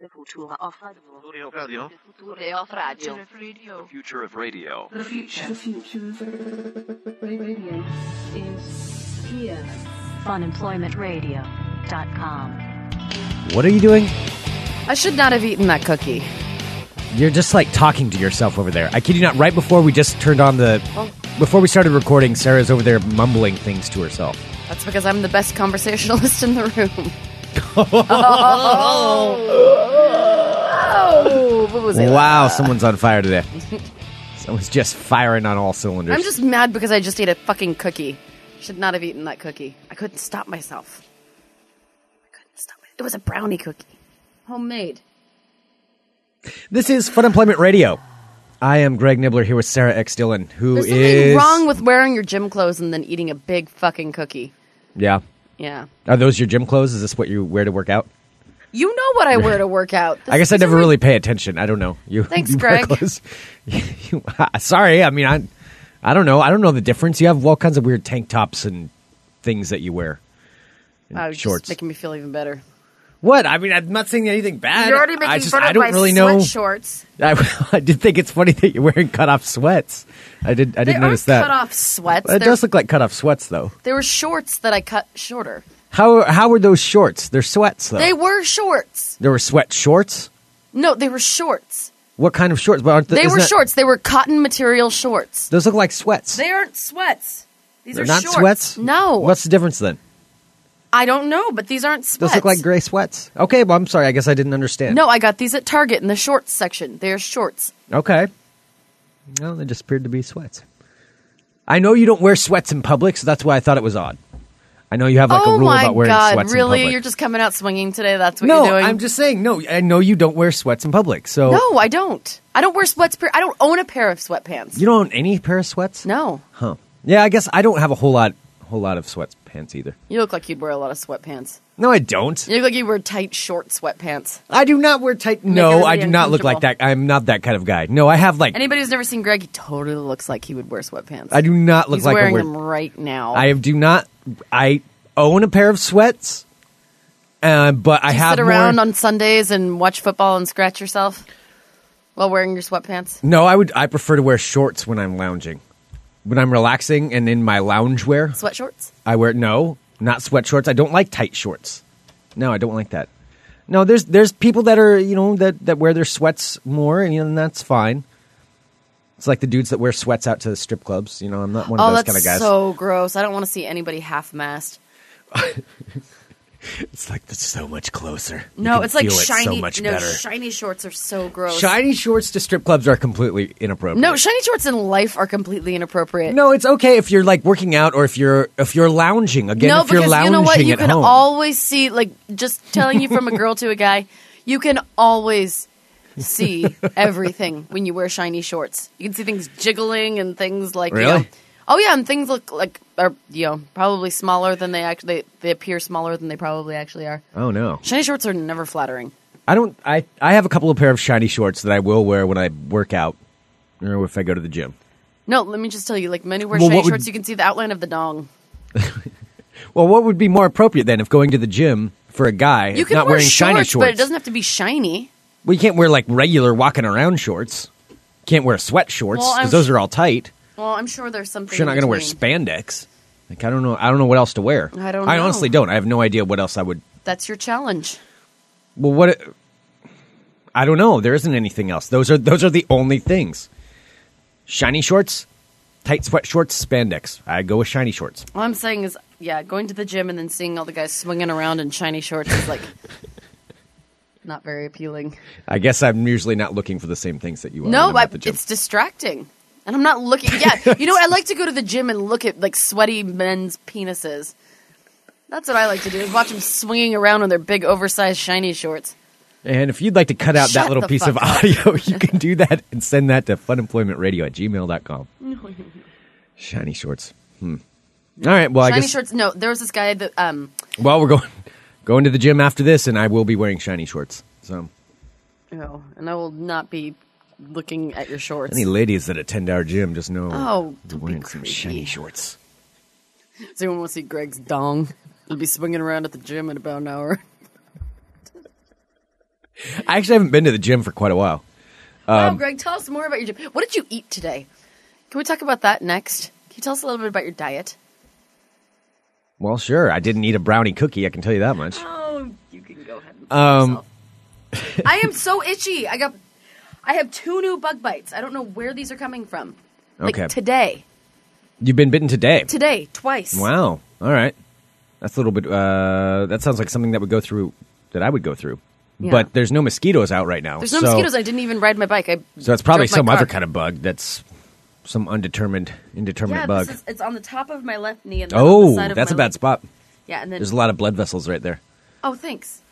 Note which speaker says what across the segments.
Speaker 1: The future of radio.
Speaker 2: Audio radio.
Speaker 1: The future of radio.
Speaker 3: The
Speaker 2: The future of radio.
Speaker 3: future of radio is here.
Speaker 1: Funemploymentradio.com.
Speaker 4: What are you doing?
Speaker 5: I should not have eaten that cookie.
Speaker 4: You're just like talking to yourself over there. I kid you not. Right before we just turned on the,
Speaker 5: Oh.
Speaker 4: before we started recording, Sarah's over there mumbling things to herself.
Speaker 5: That's because I'm the best conversationalist in the room. oh, what was it?
Speaker 4: Wow, someone's on fire today. someone's just firing on all cylinders.
Speaker 5: I'm just mad because I just ate a fucking cookie. Should not have eaten that cookie. I couldn't stop myself. I couldn't stop it. It was a brownie cookie. Homemade.
Speaker 4: This is Fun Employment Radio. I am Greg Nibbler here with Sarah X Dillon, who
Speaker 5: There's something
Speaker 4: is
Speaker 5: wrong with wearing your gym clothes and then eating a big fucking cookie.
Speaker 4: yeah.
Speaker 5: Yeah.
Speaker 4: Are those your gym clothes? Is this what you wear to work out?
Speaker 5: You know what I wear to work out.
Speaker 4: I guess I
Speaker 5: These are
Speaker 4: never
Speaker 5: my-
Speaker 4: really pay attention. I don't know. You
Speaker 5: Thanks,
Speaker 4: you wear
Speaker 5: Greg.
Speaker 4: clothes- you- sorry, I mean I, I don't know. I don't know the difference. You have all kinds of weird tank tops and things that you wear. And
Speaker 5: Oh,
Speaker 4: shorts.
Speaker 5: Just making me feel even better.
Speaker 4: What? I mean, I'm not saying anything bad.
Speaker 5: You're already making
Speaker 4: I just,
Speaker 5: fun
Speaker 4: I
Speaker 5: of
Speaker 4: don't
Speaker 5: my
Speaker 4: really know.
Speaker 5: sweat shorts.
Speaker 4: I, I did think it's funny that you're wearing cut off sweats. I did. I
Speaker 5: They
Speaker 4: didn't notice
Speaker 5: aren't
Speaker 4: that.
Speaker 5: cut off sweats. They're-
Speaker 4: It does look like cut off sweats though.
Speaker 5: They were shorts that I cut shorter.
Speaker 4: How how were those shorts? They're sweats though.
Speaker 5: They were shorts.
Speaker 4: there were sweat shorts.
Speaker 5: No, they were shorts.
Speaker 4: What kind of shorts? But aren't
Speaker 5: They
Speaker 4: isn't
Speaker 5: were
Speaker 4: that-
Speaker 5: shorts. They were cotton material shorts.
Speaker 4: Those look like sweats.
Speaker 5: They aren't sweats. These
Speaker 4: They're
Speaker 5: are
Speaker 4: not
Speaker 5: shorts.
Speaker 4: sweats.
Speaker 5: No,
Speaker 4: What's the difference then?
Speaker 5: I don't know, but these aren't
Speaker 4: Those
Speaker 5: sweats.
Speaker 4: look like gray sweats. Okay, well I'm sorry. I guess I didn't understand.
Speaker 5: No, I got these at Target in the shorts section. They're shorts.
Speaker 4: Okay. Well, they just appeared to be sweats. I know you don't wear sweats in public, so that's why I thought it was odd. I know you have like
Speaker 5: oh
Speaker 4: a rule
Speaker 5: my
Speaker 4: about wearing
Speaker 5: god!
Speaker 4: sweats in
Speaker 5: Really,
Speaker 4: public.
Speaker 5: you're just coming out swinging today? That's what
Speaker 4: no,
Speaker 5: you're doing?
Speaker 4: I'm just saying. No, I know you don't wear sweats in public, so
Speaker 5: No, I don't. I don't wear sweats. per- I don't own a pair of sweatpants.
Speaker 4: you don't own any pair of sweats.
Speaker 5: no,
Speaker 4: Huh. Yeah, I guess I don't have a whole lot, whole lot of sweats pants either.
Speaker 5: you look like you'd wear a lot of sweatpants.
Speaker 4: No, I don't.
Speaker 5: You look like you wear tight short sweatpants.
Speaker 4: I do not wear tight.
Speaker 5: it
Speaker 4: No,
Speaker 5: really
Speaker 4: I do not look like that. I'm not that kind of guy. No, I have like.
Speaker 5: Anybody who's never seen Greg, he totally looks like he would wear sweatpants.
Speaker 4: I do not look
Speaker 5: He's
Speaker 4: like a
Speaker 5: wearing
Speaker 4: weird.
Speaker 5: them right now.
Speaker 4: I do not. I own a pair of sweats, uh, but I
Speaker 5: you
Speaker 4: have
Speaker 5: sit around
Speaker 4: more-
Speaker 5: on Sundays and watch football and scratch yourself while wearing your sweatpants.
Speaker 4: No, I would. I prefer to wear shorts when I'm lounging, when I'm relaxing, and in my lounge wear.
Speaker 5: Sweat shorts?
Speaker 4: I wear no, not sweat shorts. I don't like tight shorts. No, I don't like that. No, there's there's people that are you know that that wear their sweats more, and, you know, that's fine. It's like the dudes that wear sweats out to the strip clubs. You know, I'm not one of
Speaker 5: Oh,
Speaker 4: those
Speaker 5: that's
Speaker 4: kind of guys.
Speaker 5: so gross. I don't want to see anybody half masked.
Speaker 4: it's like that's so much closer. You
Speaker 5: No,
Speaker 4: can
Speaker 5: it's like
Speaker 4: feel it
Speaker 5: shiny.
Speaker 4: so much
Speaker 5: no,
Speaker 4: better.
Speaker 5: shiny shorts are so gross.
Speaker 4: Shiny shorts to strip clubs are completely inappropriate.
Speaker 5: no, shiny shorts in life are completely inappropriate.
Speaker 4: No, it's okay if you're like working out or if you're if you're lounging again.
Speaker 5: No,
Speaker 4: if you're
Speaker 5: because
Speaker 4: lounging
Speaker 5: you know what? You
Speaker 4: at
Speaker 5: can
Speaker 4: home.
Speaker 5: always see, like, just telling you from a girl to a guy, you can always see everything when you wear shiny shorts. You can see things jiggling and things like, you
Speaker 4: Really?
Speaker 5: know, oh yeah, and things look like are you know probably smaller than they actually they appear smaller than they probably actually are.
Speaker 4: Oh no,
Speaker 5: Shiny shorts are never flattering.
Speaker 4: I don't. I I have a couple of pair of shiny shorts that I will wear when I work out or if I go to the gym.
Speaker 5: No, let me just tell you, like men who wear
Speaker 4: Well,
Speaker 5: shiny
Speaker 4: what would-
Speaker 5: shorts, you can see the outline of the dong.
Speaker 4: Well, what would be more appropriate then if going to the gym for a guy
Speaker 5: You
Speaker 4: if
Speaker 5: can
Speaker 4: not
Speaker 5: wear
Speaker 4: wearing shiny
Speaker 5: shorts,
Speaker 4: shorts?
Speaker 5: but it doesn't have to be shiny.
Speaker 4: well, you can't wear like regular walking around shorts. Can't wear sweat shorts
Speaker 5: Well, I'm
Speaker 4: because those
Speaker 5: sh-
Speaker 4: are all tight.
Speaker 5: Well, I'm sure there's something.
Speaker 4: You're not
Speaker 5: in
Speaker 4: going to wear
Speaker 5: between.
Speaker 4: spandex. Like I don't know. I don't know what else to wear.
Speaker 5: I don't
Speaker 4: I
Speaker 5: know.
Speaker 4: honestly don't. I have no idea what else I would
Speaker 5: That's your challenge.
Speaker 4: Well, what? I don't know. There isn't anything else. Those are those are the only things. Shiny shorts, tight sweat shorts, spandex. I go with shiny shorts.
Speaker 5: All I'm saying is, yeah, going to the gym and then seeing all the guys swinging around in shiny shorts is like not very appealing.
Speaker 4: I guess I'm usually not looking for the same things that you are.
Speaker 5: no,
Speaker 4: when I'm
Speaker 5: I,
Speaker 4: at the gym.
Speaker 5: it's distracting, and I'm not looking. Yeah, you know, I like to go to the gym and look at like sweaty men's penises. That's what I like to do is watch them swinging around in their big, oversized, shiny shorts.
Speaker 4: And if you'd like to cut out
Speaker 5: Shut
Speaker 4: that little
Speaker 5: the
Speaker 4: piece of
Speaker 5: fuck up.
Speaker 4: audio, you can do that and send that to funemploymentradio at gmail.com. Shiny shorts. Hmm. All right. Well, I
Speaker 5: shiny
Speaker 4: guess
Speaker 5: shorts. No, there was this guy that um,
Speaker 4: well we're going going to the gym after this, and I will be wearing shiny shorts. So
Speaker 5: oh, and I will not be looking at your shorts.
Speaker 4: any ladies that attend our gym just know
Speaker 5: Oh,
Speaker 4: we're
Speaker 5: don't be
Speaker 4: wearing some shiny
Speaker 5: creepy.
Speaker 4: shorts.
Speaker 5: Does anyone want to see Greg's dong? It'll be swinging around at the gym in about an hour.
Speaker 4: I actually haven't been to the gym for quite a while. Um,
Speaker 5: wow, Oh, Greg, tell us more about your gym. What did you eat today? Can we talk about that next? Can you tell us a little bit about your diet?
Speaker 4: Well, sure. I didn't eat a brownie cookie. I can tell you that much.
Speaker 5: Oh, you can go ahead. And
Speaker 4: Um,
Speaker 5: I am so itchy. I got, I have two new bug bites. I don't know where these are coming from. Like
Speaker 4: Okay.
Speaker 5: today,
Speaker 4: You've been bitten today.
Speaker 5: today twice.
Speaker 4: Wow. All right. That's a little bit. Uh, that sounds like something that would go through. That I would go through.
Speaker 5: Yeah.
Speaker 4: But there's no mosquitoes out right now.
Speaker 5: There's no
Speaker 4: so,
Speaker 5: mosquitoes. I didn't even ride my bike. I
Speaker 4: So it's probably some other kind of bug. That's some undetermined, indeterminate
Speaker 5: yeah,
Speaker 4: bug.
Speaker 5: This is, it's on the top of my left knee and then on the
Speaker 4: oh,
Speaker 5: side of
Speaker 4: that's a
Speaker 5: my
Speaker 4: bad
Speaker 5: leg.
Speaker 4: spot.
Speaker 5: Yeah, and then
Speaker 4: There's a lot of blood vessels right there.
Speaker 5: oh, thanks.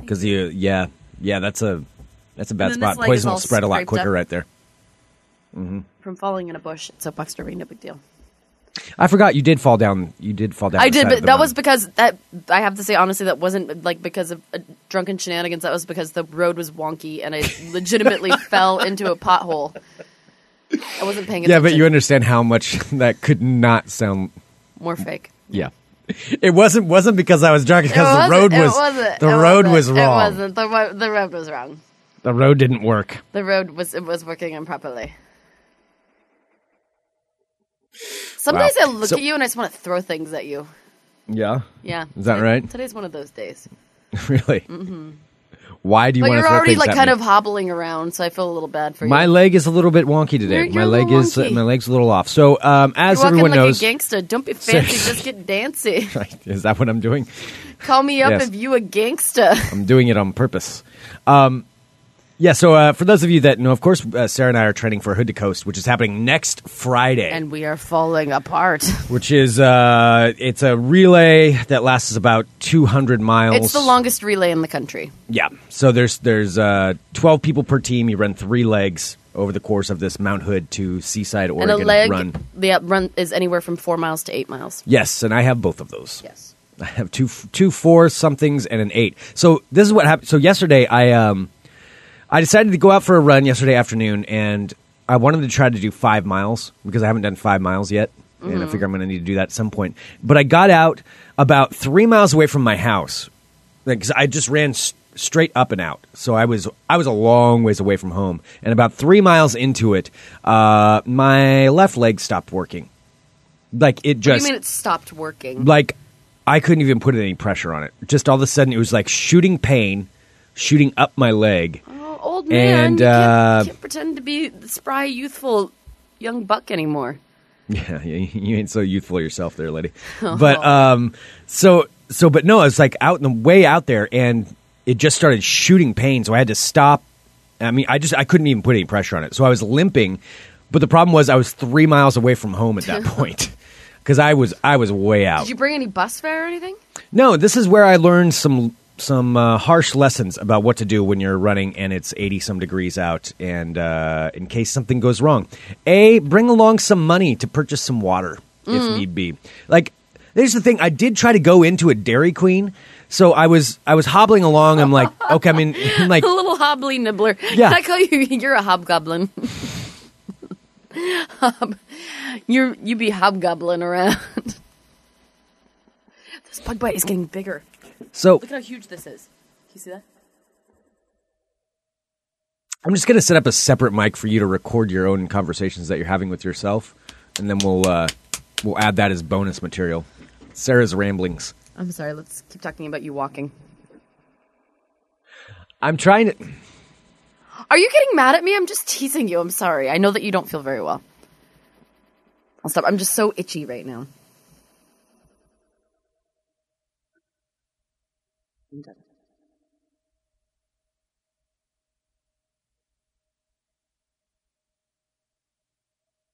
Speaker 4: Because you, yeah, yeah, that's a that's a bad
Speaker 5: then this
Speaker 4: spot.
Speaker 5: leg is
Speaker 4: Poison
Speaker 5: all
Speaker 4: will spread a lot
Speaker 5: scraped
Speaker 4: quicker
Speaker 5: up.
Speaker 4: right there.
Speaker 5: From falling in a bush at Soapbox Derby, no big deal.
Speaker 4: I forgot you did fall down. You did fall down.
Speaker 5: I
Speaker 4: the
Speaker 5: did,
Speaker 4: side of
Speaker 5: but
Speaker 4: the
Speaker 5: that
Speaker 4: mountain.
Speaker 5: was because that I have to say honestly, that wasn't like because of uh, drunken shenanigans. That was because the road was wonky and I legitimately fell into a pothole. I wasn't paying
Speaker 4: yeah.
Speaker 5: attention.
Speaker 4: But you understand how much that could not sound.
Speaker 5: more fake.
Speaker 4: Yeah, it wasn't wasn't because I was drunk. Because
Speaker 5: It
Speaker 4: the road
Speaker 5: wasn't- it
Speaker 4: was
Speaker 5: wasn't-
Speaker 4: the
Speaker 5: it
Speaker 4: road
Speaker 5: wasn't-
Speaker 4: was
Speaker 5: It
Speaker 4: wrong.
Speaker 5: wasn't the, wa- the road was wrong.
Speaker 4: The road didn't work.
Speaker 5: The road was it was working improperly. Sometimes I look
Speaker 4: So-
Speaker 5: at you and I just want to throw things at you.
Speaker 4: Yeah,
Speaker 5: Yeah,
Speaker 4: Is that right?
Speaker 5: Today's one of those days.
Speaker 4: really. Why do you
Speaker 5: Mm-hmm. But
Speaker 4: want to
Speaker 5: you're
Speaker 4: throw
Speaker 5: already
Speaker 4: things
Speaker 5: like
Speaker 4: at
Speaker 5: kind
Speaker 4: me?
Speaker 5: of hobbling around, so I feel a little bad for you.
Speaker 4: My leg is a little bit wonky today.
Speaker 5: You're- you're
Speaker 4: my
Speaker 5: a
Speaker 4: leg
Speaker 5: little
Speaker 4: is
Speaker 5: wonky.
Speaker 4: my leg's a little off. So um, as
Speaker 5: You're walking
Speaker 4: everyone
Speaker 5: like
Speaker 4: knows,
Speaker 5: a gangster. Don't be fancy,
Speaker 4: Seriously.
Speaker 5: just get dancy.
Speaker 4: is that what I'm doing?
Speaker 5: Call me up
Speaker 4: Yes.
Speaker 5: if you a gangster.
Speaker 4: I'm doing it on purpose. Um, yeah, so uh, for those of you that know, of course, uh, Sarah and I are training for Hood to Coast, which is happening next Friday,
Speaker 5: and we are falling apart.
Speaker 4: which is uh, it's a relay that lasts about 200 miles.
Speaker 5: It's the longest relay in the country.
Speaker 4: Yeah, so there's there's uh, 12 people per team. You run three legs over the course of this Mount Hood to Seaside, Oregon
Speaker 5: and a leg
Speaker 4: run.
Speaker 5: the uh, run is anywhere from 4 miles to 8 miles.
Speaker 4: Yes, and I have both of those.
Speaker 5: Yes.
Speaker 4: I have two two four somethings and an eight. So this is what happened. So yesterday I um I decided to go out for a run yesterday afternoon, and I wanted to try to do five miles because I haven't done five miles yet, and I
Speaker 5: Mm-hmm.
Speaker 4: figure I'm going to need to do that at some point. But I got out about three miles away from my house because I just ran s- straight up and out, so I was I was a long ways away from home, and about three miles into it, uh, my left leg stopped working. Like
Speaker 5: What
Speaker 4: it
Speaker 5: do
Speaker 4: just
Speaker 5: you mean it stopped working?
Speaker 4: like I couldn't even put any pressure on it. Just all of a sudden, it was like shooting pain, shooting up my leg.
Speaker 5: Oh, old man,
Speaker 4: And,
Speaker 5: you can't,
Speaker 4: uh,
Speaker 5: you can't pretend to be the spry, youthful young buck anymore.
Speaker 4: Yeah, you you ain't so youthful yourself, there, lady. But um, so so, but no, it's like out in the way out there, and it just started shooting pain. So I had to stop. I mean, I just I couldn't even put any pressure on it. So I was limping, but the problem was I was three miles away from home at that point because I was I was way out.
Speaker 5: Did you bring any bus fare or anything?
Speaker 4: No, this is where I learned some some uh, harsh lessons about what to do when you're running and it's 80 some degrees out and uh, in case something goes wrong. A, bring along some money to purchase some water if need be. Like there's the thing, I did try to go into a Dairy Queen, so I was I was hobbling along. I'm like, okay, I mean, I'm like
Speaker 5: A little hobbly nibbler.
Speaker 4: Yeah.
Speaker 5: Can I call you? You're a hobgoblin. Hob- you're you be hobgoblin around. this bug bite is getting bigger.
Speaker 4: so
Speaker 5: Look at how huge this is. Can you see that?
Speaker 4: I'm just going to set up a separate mic for you to record your own conversations that you're having with yourself and then we'll uh, we'll add that as bonus material. Sarah's ramblings.
Speaker 5: I'm sorry. Let's keep talking about you walking.
Speaker 4: I'm trying to
Speaker 5: Are you getting mad at me? I'm just teasing you. I'm sorry. I know that you don't feel very well. I'll stop. I'm just so itchy right now.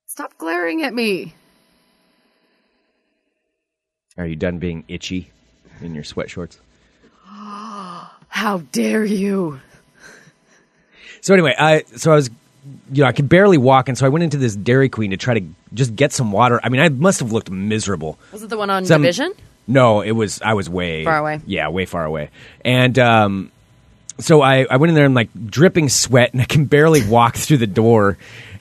Speaker 5: Stop glaring at me.
Speaker 4: Are you done being itchy in your sweat shorts?
Speaker 5: How dare you?
Speaker 4: So anyway, I so I was you know, I could barely walk and so I went into this Dairy Queen to try to just get some water. I mean, I must have looked miserable.
Speaker 5: Was it the one on
Speaker 4: Some-
Speaker 5: Division?
Speaker 4: No, it was I was way
Speaker 5: Far away.
Speaker 4: Yeah, way far away. And um so I, I went in there and like dripping sweat and I can barely walk through the door.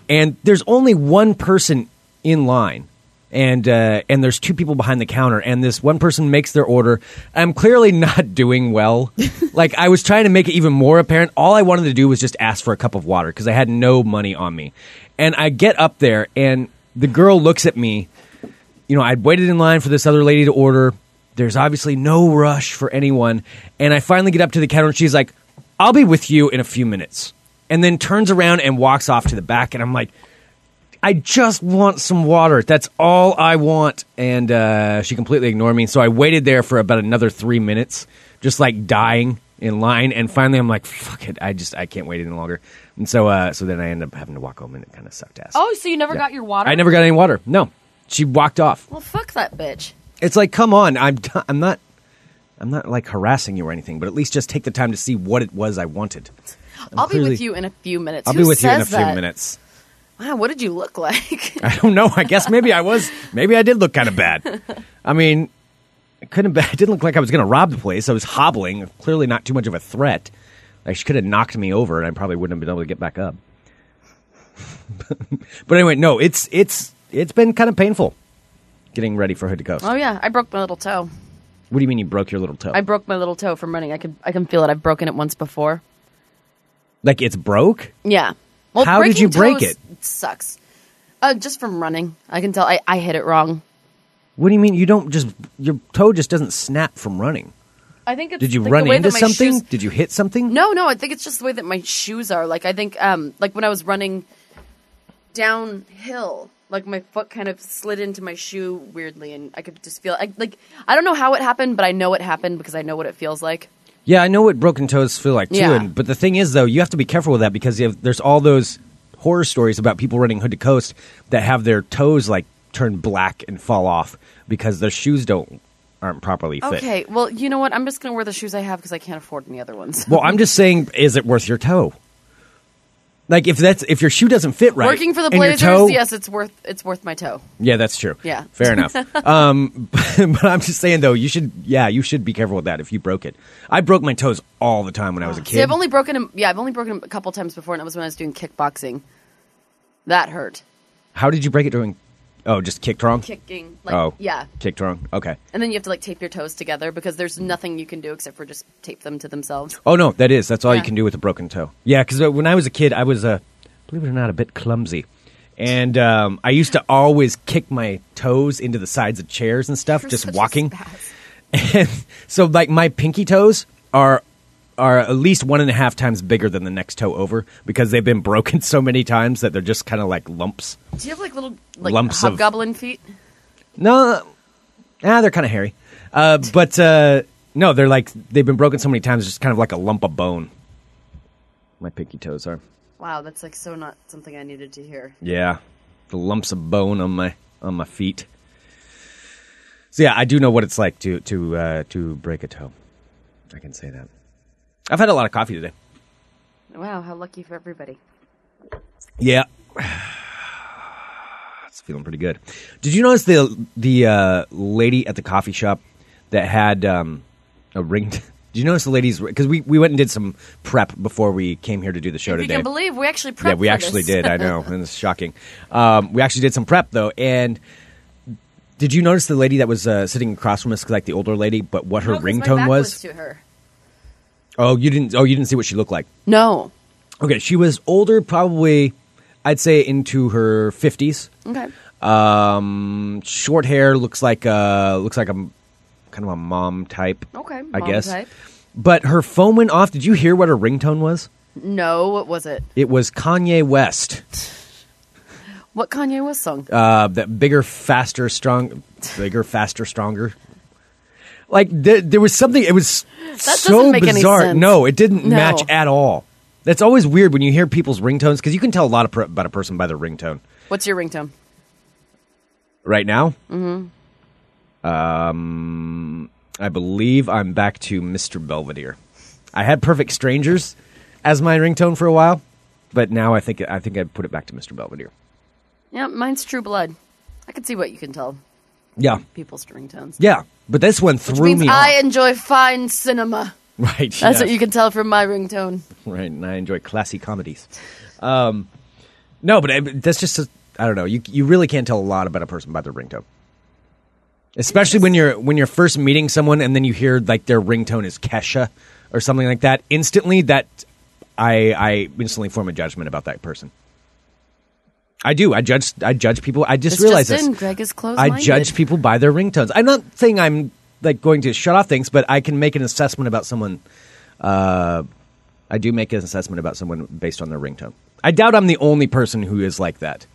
Speaker 4: And there's only one person in line. and uh, and there's two people behind the counter, and this one person makes their order. I'm clearly not doing well. like I was trying to make it even more apparent. All I wanted to do was just ask for a cup of water because I had no money on me, and I get up there, and the girl looks at me. You know, I'd waited in line for this other lady to order. There's obviously no rush for anyone, and I finally get up to the counter, and she's like, "I'll be with you in a few minutes," and then turns around and walks off to the back, and I'm like. I just want some water. That's all I want. And uh, she completely ignored me. So I waited there for about another three minutes, just like dying in line. And finally, I'm like, fuck it. I just I can't wait any longer. And so uh, so then I ended up having to walk home, and it kind of sucked ass.
Speaker 6: Oh, so you never
Speaker 4: Yeah.
Speaker 6: got your water?
Speaker 4: I never got any water. No, she walked off.
Speaker 5: Well, fuck that bitch.
Speaker 4: It's like, come on. I'm t- I'm not. I'm not like harassing you or anything, but at least just take the time to see what it was I wanted. I'm
Speaker 5: I'll be
Speaker 4: clearly-
Speaker 5: with you in a few minutes.
Speaker 4: I'll
Speaker 5: Who
Speaker 4: be with you in a
Speaker 5: says
Speaker 4: few
Speaker 5: that?
Speaker 4: minutes.
Speaker 5: Wow, what did you look like?
Speaker 4: I don't know. I guess maybe I was. Maybe I did look kind of bad. I mean, I couldn't. Be, I didn't look like I was going to rob the place. I was hobbling. Clearly, not too much of a threat. Like she could have knocked me over, and I probably wouldn't have been able to get back up. but anyway, no. It's it's it's been kind of painful getting ready for Hood to Coast.
Speaker 5: oh yeah, I broke my little toe.
Speaker 4: What do you mean you broke your little toe?
Speaker 5: I broke my little toe from running. I can I can feel it. I've broken it once before.
Speaker 4: like it's broke.
Speaker 5: Yeah. Well,
Speaker 4: How did
Speaker 5: breaking
Speaker 4: you break
Speaker 5: toes Sucks. Uh, just from running. I can tell. I, I hit it wrong.
Speaker 4: What do you mean you don't just your toe just doesn't snap from running?
Speaker 5: I think. It's
Speaker 4: Did you
Speaker 5: like, the
Speaker 4: run
Speaker 5: way
Speaker 4: into
Speaker 5: that my
Speaker 4: something?
Speaker 5: shoes-
Speaker 4: Did you hit something?
Speaker 5: No, no. I think it's just the way that my shoes are. Like I think, um, like when I was running downhill, like my foot kind of slid into my shoe weirdly, and I could just feel. I, like I don't know how it happened, but I know it happened because I know what it feels like.
Speaker 4: Yeah, I know what broken toes feel like too.
Speaker 5: Yeah.
Speaker 4: And, but the thing is, though, you have to be careful with that because you have, there's all those horror stories about people running hood to coast that have their toes like turn black and fall off because their shoes don't aren't properly fit.
Speaker 5: Okay. Well, you know what? I'm just gonna wear the shoes I have because I can't afford any other ones.
Speaker 4: Well, I'm just saying, is it worth your toe? Like if that's if your shoe doesn't fit right,
Speaker 5: Working for the
Speaker 4: and your
Speaker 5: Blazers,
Speaker 4: toe-
Speaker 5: yes, it's worth it's worth my toe.
Speaker 4: Yeah, that's true.
Speaker 5: Yeah.
Speaker 4: fair enough. um, but I'm just saying though, you should, yeah, you should be careful with that if you broke it. I broke my toes all the time when I was a kid.
Speaker 5: See, I've only broken him. Yeah, I've only broken him a couple times before, and that was when I was doing kickboxing. That hurt.
Speaker 4: How did you break it during? Oh, just kicked wrong.
Speaker 5: Kicking. Like,
Speaker 4: oh,
Speaker 5: Yeah.
Speaker 4: kicked wrong. Okay.
Speaker 5: And then you have to like tape your toes together because there's nothing you can do except for just tape them to themselves.
Speaker 4: Oh no, that is that's all you
Speaker 5: Yeah.
Speaker 4: can do with a broken toe. Yeah, because when I was a kid, I was uh, believe it or not, a bit clumsy, and um, I used to always kick my toes into the sides of chairs and stuff,
Speaker 5: You're
Speaker 4: just
Speaker 5: such a
Speaker 4: walking.
Speaker 5: spaz.
Speaker 4: And so like my pinky toes are are at least one and a half times bigger than the next toe over because they've been broken so many times that they're just kind of like lumps.
Speaker 5: Do you have like little like
Speaker 4: Lumps of-
Speaker 5: hobgoblin feet?
Speaker 4: No, ah, they're kind of hairy, uh, but uh, no, they're like they've been broken so many times, just kind of like a lump of bone. My pinky toes are.
Speaker 5: Wow, that's like so not something I needed to hear.
Speaker 4: Yeah, the lumps of bone on my on my feet. So yeah, I do know what it's like to to uh, to break a toe. I can say that. I've had a lot of coffee today.
Speaker 5: Wow, how lucky for everybody.
Speaker 4: Yeah, it's feeling pretty good. Did you notice the the uh, lady at the coffee shop that had um, a ring? Did you notice the ladies? Because we, we went and did some prep before we came here to do the show
Speaker 5: If you
Speaker 4: today.
Speaker 5: can believe, we actually prepped
Speaker 4: yeah, we
Speaker 5: for
Speaker 4: actually
Speaker 5: this.
Speaker 4: did. I know, and it's shocking. Um, we actually did some prep though, and did you notice the lady that was uh, sitting across from us, like the older lady, but what her
Speaker 5: No, 'cause my
Speaker 4: ringtone
Speaker 5: back
Speaker 4: was?
Speaker 5: to her.
Speaker 4: Oh, you didn't. Oh, you didn't see what she looked like.
Speaker 5: No.
Speaker 4: Okay, she was older, probably. I'd say into her fifties.
Speaker 5: Okay.
Speaker 4: Um, short hair looks like a looks like a m- kind of a mom type.
Speaker 5: Okay,
Speaker 4: I
Speaker 5: mom
Speaker 4: guess.
Speaker 5: type.
Speaker 4: But her phone went off. Did you hear what her ringtone was?
Speaker 5: No, what was it?
Speaker 4: It was Kanye West.
Speaker 5: What Kanye West song?
Speaker 4: uh, that bigger, faster, strong, bigger, faster, stronger. Like there, there was something. It was so
Speaker 5: doesn't make any
Speaker 4: bizarre.
Speaker 5: sense.
Speaker 4: No, it didn't
Speaker 5: No.
Speaker 4: match at all. That's always weird when you hear people's ringtones because you can tell a lot of per- about a person by their ringtone.
Speaker 5: What's your ringtone?
Speaker 4: Right now, mm-hmm. um,
Speaker 5: Mm-hmm.
Speaker 4: I believe I'm back to Mr. Belvedere. I had Perfect Strangers as my ringtone for a while, but now I think I think I put it back to Mr. Belvedere.
Speaker 5: Yeah, mine's True Blood. I can see what you can tell
Speaker 4: Yeah,
Speaker 5: people's ringtones.
Speaker 4: yeah. But this one threw
Speaker 5: Means
Speaker 4: me
Speaker 5: I
Speaker 4: off.
Speaker 5: enjoy fine cinema.
Speaker 4: Right.
Speaker 5: That's
Speaker 4: yes.
Speaker 5: what you can tell from my ringtone.
Speaker 4: right? And I enjoy classy comedies. Um, no, but I, that's just a, I don't know. You you really can't tell a lot about a person by their ringtone. Especially when you're when you're first meeting someone and then you hear like their ringtone is Kesha or something like that. Instantly, that I I instantly form a judgment about that person. I do. I judge. I judge people. I just
Speaker 5: This
Speaker 4: realized
Speaker 5: just in,
Speaker 4: this.
Speaker 5: Greg is
Speaker 4: I
Speaker 5: closed-minded.
Speaker 4: judge people by their ringtones. I'm not saying I'm like going to shut off things, but I can make an assessment about someone. Uh, I do make an assessment about someone based on their ringtone. I doubt I'm the only person who is like that.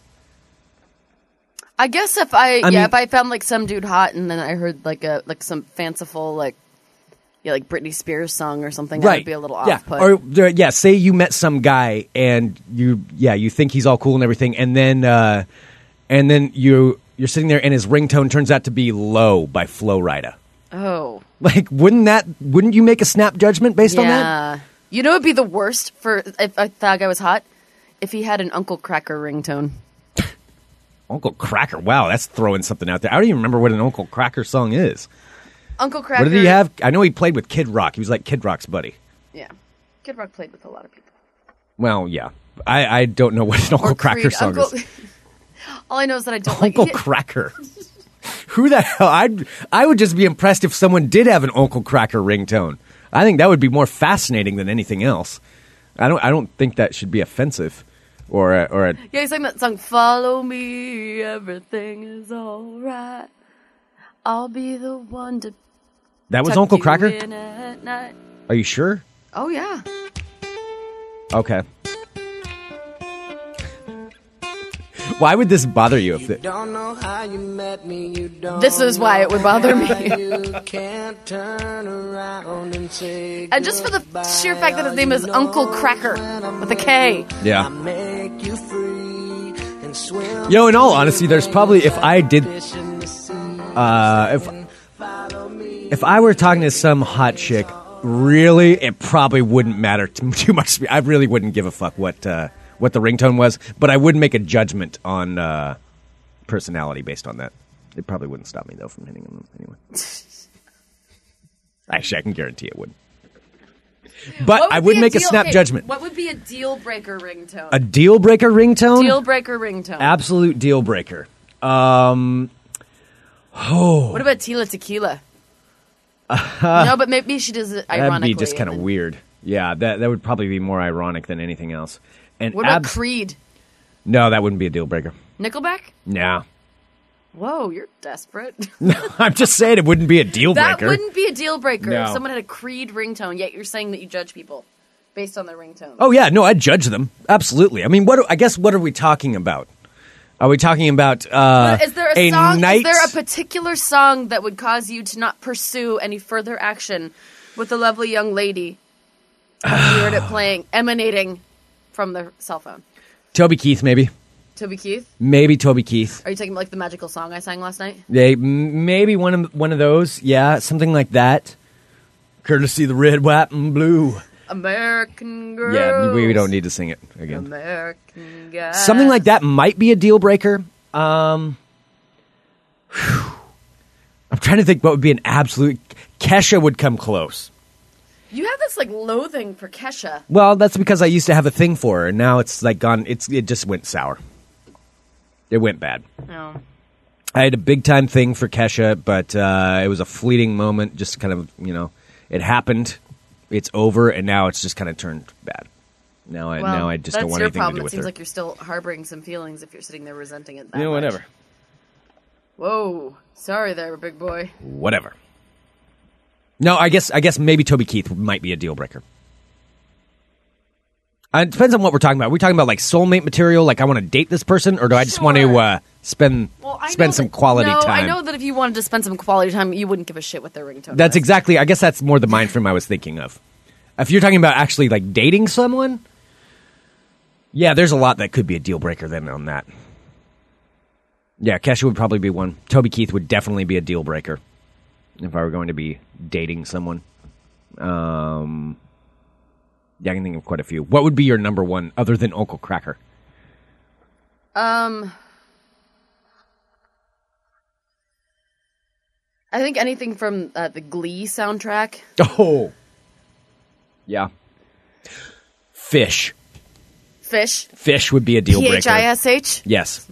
Speaker 5: I guess if I, yeah,
Speaker 4: mean-
Speaker 5: if I found like some dude hot and then I heard like a like some fanciful like yeah like Britney Spears song or something, that would be a little
Speaker 4: yeah.
Speaker 5: off put.
Speaker 4: Or there- yeah, say you met some guy and you yeah you think he's all cool and everything, and then uh, and then you you're sitting there and his ringtone turns out to be "Low" by Flo Rida.
Speaker 5: oh,
Speaker 4: Like, wouldn't that wouldn't you make a snap judgment based on that?
Speaker 5: yeah. You know, it'd be the worst for if I thought guy was hot if he had an Uncle Cracker ringtone.
Speaker 4: Uncle Cracker, wow, that's throwing something out there. I don't even remember what an Uncle Cracker song is.
Speaker 5: Uncle Cracker.
Speaker 4: What did he have? I know he played with Kid Rock. He was like Kid Rock's buddy.
Speaker 5: Yeah, Kid Rock played with a lot of people.
Speaker 4: Well, yeah, I, I don't know what an Uncle Cracker
Speaker 5: Creed,
Speaker 4: song
Speaker 5: Uncle-
Speaker 4: is.
Speaker 5: All I know is that I don't like
Speaker 4: Uncle
Speaker 5: it.
Speaker 4: Cracker. Who the hell? I'd, I would just be impressed if someone did have an Uncle Cracker ringtone. I think that would be more fascinating than anything else. I don't. I don't think that should be offensive, or a, or a,
Speaker 5: Yeah, he sang that song, Follow Me, Everything is Alright. I'll be the one to.
Speaker 4: that was
Speaker 5: tuck
Speaker 4: Uncle
Speaker 5: you
Speaker 4: Cracker.
Speaker 5: in at night."
Speaker 4: Are you sure?
Speaker 5: Oh, yeah.
Speaker 4: Okay. Why would this bother you? If the,
Speaker 6: Don't know how you met me, you don't
Speaker 5: This is why it would bother me.
Speaker 6: you can't turn around and say
Speaker 5: And just for the sheer fact that his name is Uncle Cracker with a K.
Speaker 6: I
Speaker 4: yeah.
Speaker 6: make you free and swim
Speaker 4: You know, in all honesty, there's probably if I did,
Speaker 6: fish in the sea.
Speaker 4: uh, if if I were talking to some hot chick, really, it probably wouldn't matter t- too much. to me. I really wouldn't give a fuck what uh, what the ringtone was, but I would make a judgment on uh, personality based on that. It probably wouldn't stop me though from hitting him anyway. Actually, I can guarantee it wouldn't. But I would make a snap judgment.
Speaker 5: What would be a deal breaker ringtone?
Speaker 4: A deal breaker ringtone.
Speaker 5: deal breaker ringtone.
Speaker 4: Absolute deal breaker.
Speaker 5: what about Tila Tequila? no, but maybe she does it ironically.
Speaker 4: That'd be just kind of
Speaker 5: and then-
Speaker 4: weird. Yeah, that that would probably be more ironic than anything else. And
Speaker 5: What about
Speaker 4: abs-
Speaker 5: Creed?
Speaker 4: no, that wouldn't be a deal breaker.
Speaker 5: Nickelback?
Speaker 4: Nah.
Speaker 5: Whoa, you're desperate.
Speaker 4: I'm just saying it wouldn't be a deal
Speaker 5: That
Speaker 4: breaker.
Speaker 5: wouldn't be a deal breaker if
Speaker 4: No.
Speaker 5: someone had a Creed ringtone, yet you're saying that you judge people based on their ringtone.
Speaker 4: Oh yeah, no, I judge them absolutely. I mean, what? do- I guess what are we talking about? Are we talking about uh,
Speaker 5: Is there a, song?
Speaker 4: night?
Speaker 5: Is there a particular song that would cause you to not pursue any further action with the lovely young lady you heard it playing, emanating from the cell phone?
Speaker 4: Toby Keith, maybe,
Speaker 5: Toby Keith,
Speaker 4: maybe Toby Keith.
Speaker 5: are you talking about like the magical song I sang last night?
Speaker 4: They m- maybe one of one of those. Yeah, something like that. Courtesy the red, white, and blue.
Speaker 5: American girl.
Speaker 4: Yeah, we, we don't need to sing it again.
Speaker 5: American guy.
Speaker 4: something like that might be a deal breaker. Um, whew. I'm trying to think what would be an absolute. Kesha would come close.
Speaker 5: You have this like loathing for Kesha.
Speaker 4: Well, that's because I used to have a thing for her, and now it's like gone. It's it just went sour. It went bad.
Speaker 1: No.
Speaker 4: I had a big time thing for Kesha, but uh, it was a fleeting moment. Just kind of you know, it happened. It's over, and now it's just kind of turned bad. Now I
Speaker 5: Well,
Speaker 4: now I just
Speaker 5: that's
Speaker 4: don't want
Speaker 5: your
Speaker 4: anything
Speaker 5: problem.
Speaker 4: to do
Speaker 5: it
Speaker 4: with
Speaker 5: seems
Speaker 4: her.
Speaker 5: like you're still harboring some feelings if you're sitting there resenting it. That
Speaker 4: you know,
Speaker 5: much.
Speaker 4: whatever,
Speaker 5: Whoa, sorry there, big boy.
Speaker 4: whatever. No, I guess I guess maybe Toby Keith might be a deal breaker. Uh, It depends on what we're talking about. Are we talking about like soulmate material? Like I want to date this person, or do I just want to
Speaker 5: Sure.
Speaker 4: uh, spend
Speaker 5: Well, I know
Speaker 4: spend some
Speaker 5: that-
Speaker 4: quality
Speaker 5: no,
Speaker 4: time?
Speaker 5: I know that if you wanted to spend some quality time, you wouldn't give a shit what their ringtone.
Speaker 4: That's
Speaker 5: was.
Speaker 4: exactly. I guess that's more the mind frame I was thinking of. If you're talking about actually like dating someone, yeah, there's a lot that could be a deal breaker then on that. Yeah, Kesha would probably be one. Toby Keith would definitely be a deal breaker if I were going to be dating someone. Um, yeah, I can think of quite a few. What would be your number one other than Uncle Cracker?
Speaker 5: Um, I think anything from uh, the Glee soundtrack.
Speaker 4: Oh, yeah, fish.
Speaker 5: Fish.
Speaker 4: Fish would be a deal
Speaker 5: P H I
Speaker 4: breaker.
Speaker 5: S H.
Speaker 4: Yes,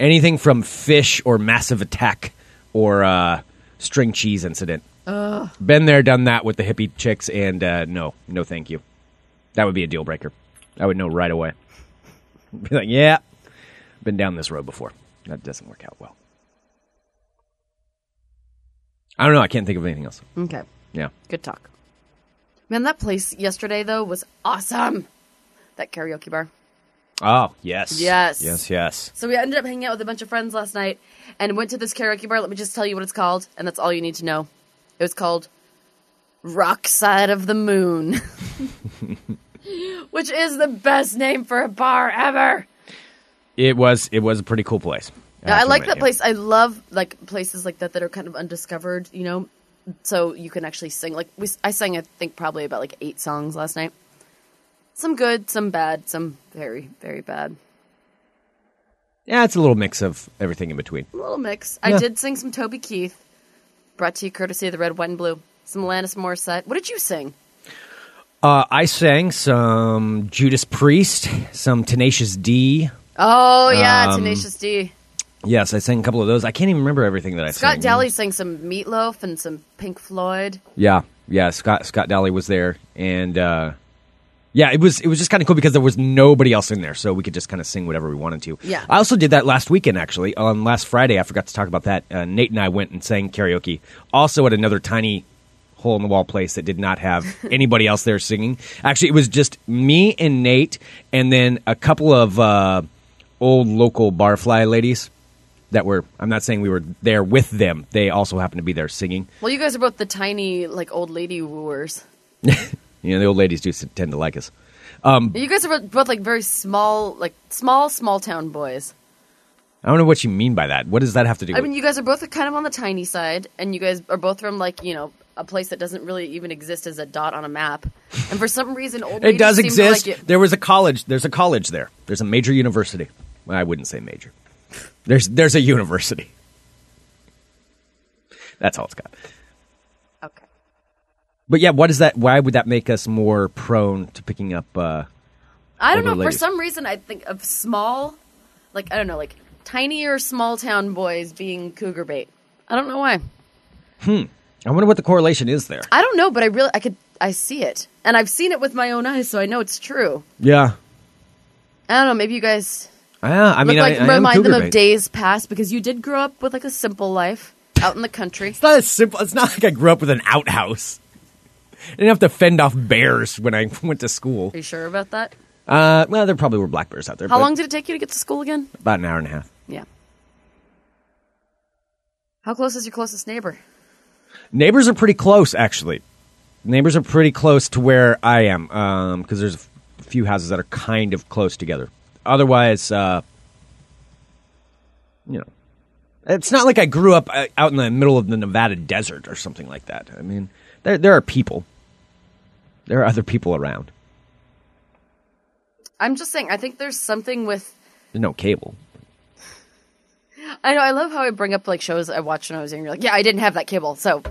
Speaker 4: Anything from Fish or Massive Attack or uh, String Cheese Incident. Been there, done that with the hippie chicks, and uh, no, no, thank you. That would be a deal breaker. I would know right away. Be like, yeah, been down this road before. That doesn't work out well. I don't know. I can't think of anything else.
Speaker 5: Okay.
Speaker 4: Yeah.
Speaker 5: Good talk. Man, that place yesterday though was awesome. That karaoke bar.
Speaker 4: Oh, yes.
Speaker 5: Yes.
Speaker 4: Yes, yes.
Speaker 5: So we ended up hanging out with a bunch of friends last night and went to this karaoke bar. Let me just tell you what it's called, and that's all you need to know. It was called Rock Side of the Moon. Which is the best name for a bar ever.
Speaker 4: It was it was a pretty cool place.
Speaker 5: I,
Speaker 4: have to
Speaker 5: like
Speaker 4: admit,
Speaker 5: that
Speaker 4: yeah.
Speaker 5: place. I love like places like that that are kind of undiscovered, you know. So you can actually sing. Like we, I sang, I think probably about like eight songs last night. Some good, some bad, some very, very bad.
Speaker 4: Yeah, it's a little mix of everything in between.
Speaker 5: A little mix.
Speaker 4: Yeah.
Speaker 5: I did sing some Toby Keith, brought to you courtesy of the Red, White, and Blue. Some Alanis Morissette. What did you sing?
Speaker 4: Uh, I sang some Judas Priest, some Tenacious D.
Speaker 5: Oh yeah,
Speaker 4: Um,
Speaker 5: Tenacious D.
Speaker 4: Yes, I sang a couple of those. I can't even remember everything that I
Speaker 5: Scott
Speaker 4: sang.
Speaker 5: Daly sang some Meatloaf and some Pink Floyd.
Speaker 4: Yeah, yeah. Scott Scott Daly was there, and uh, yeah, it was it was just kind of cool because there was nobody else in there, so we could just kind of sing whatever we wanted to.
Speaker 5: Yeah.
Speaker 4: I also did that last weekend actually. On last Friday, I forgot to talk about that. Uh, Nate and I went and sang karaoke, also at another tiny hole in the wall place that did not have anybody else there singing. Actually, it was just me and Nate, and then a couple of uh, old local barfly ladies. That were, I'm not saying we were there with them. They also happened to be there singing.
Speaker 5: Well, you guys are both the tiny like old lady wooers.
Speaker 4: You know, the old ladies do s- tend to like us.
Speaker 5: You guys are both, both like very small, like small, small town boys.
Speaker 4: I don't know what you mean by that. What does that have to do?
Speaker 5: I
Speaker 4: with-
Speaker 5: mean, you guys are both kind of on the tiny side, and you guys are both from like you know a place that doesn't really even exist as a dot on a map. And for some reason, old
Speaker 4: it
Speaker 5: ladies
Speaker 4: does
Speaker 5: seem to
Speaker 4: exist.
Speaker 5: Like it.
Speaker 4: There was a college. There's a college there. There's a major university. Well, I wouldn't say major. There's there's a university. That's all it's got.
Speaker 5: Okay.
Speaker 4: But yeah, what is that? Why would that make us more prone to picking up? Uh,
Speaker 5: I don't know.
Speaker 4: Older
Speaker 5: For
Speaker 4: ladies.
Speaker 5: some reason, I think of small, like I don't know, like tinier small town boys being cougar bait. I don't know why.
Speaker 4: I wonder what the correlation is there.
Speaker 5: I don't know, but I really I could I see it, and I've seen it with my own eyes, so I know it's true.
Speaker 4: Yeah.
Speaker 5: I don't know. Maybe you guys
Speaker 4: Yeah, I mean,
Speaker 5: look like
Speaker 4: I, I am
Speaker 5: remind
Speaker 4: cougar
Speaker 5: them of
Speaker 4: bait.
Speaker 5: days past because you did grow up with like a simple life out in the country.
Speaker 4: It's not as simple. It's not like I grew up with an outhouse. I didn't have to fend off bears when I went to school.
Speaker 5: Are you sure about that?
Speaker 4: Uh, well, there probably were black bears out there.
Speaker 5: How
Speaker 4: but
Speaker 5: long did it take you to get to school again?
Speaker 4: About an hour and a half.
Speaker 5: Yeah. How close is your closest neighbor?
Speaker 4: Neighbors are pretty close, actually. Neighbors are pretty close to where I am, because there's a f- few houses that are kind of close together. Otherwise, uh, you know, it's not like I grew up uh, out in the middle of the Nevada desert or something like that. I mean, there there are people, there are other people around.
Speaker 5: I'm just saying. I think there's something with
Speaker 4: There's no cable.
Speaker 5: I know. I love how I bring up like shows I watched when I was younger. Like, yeah, I didn't have that cable, so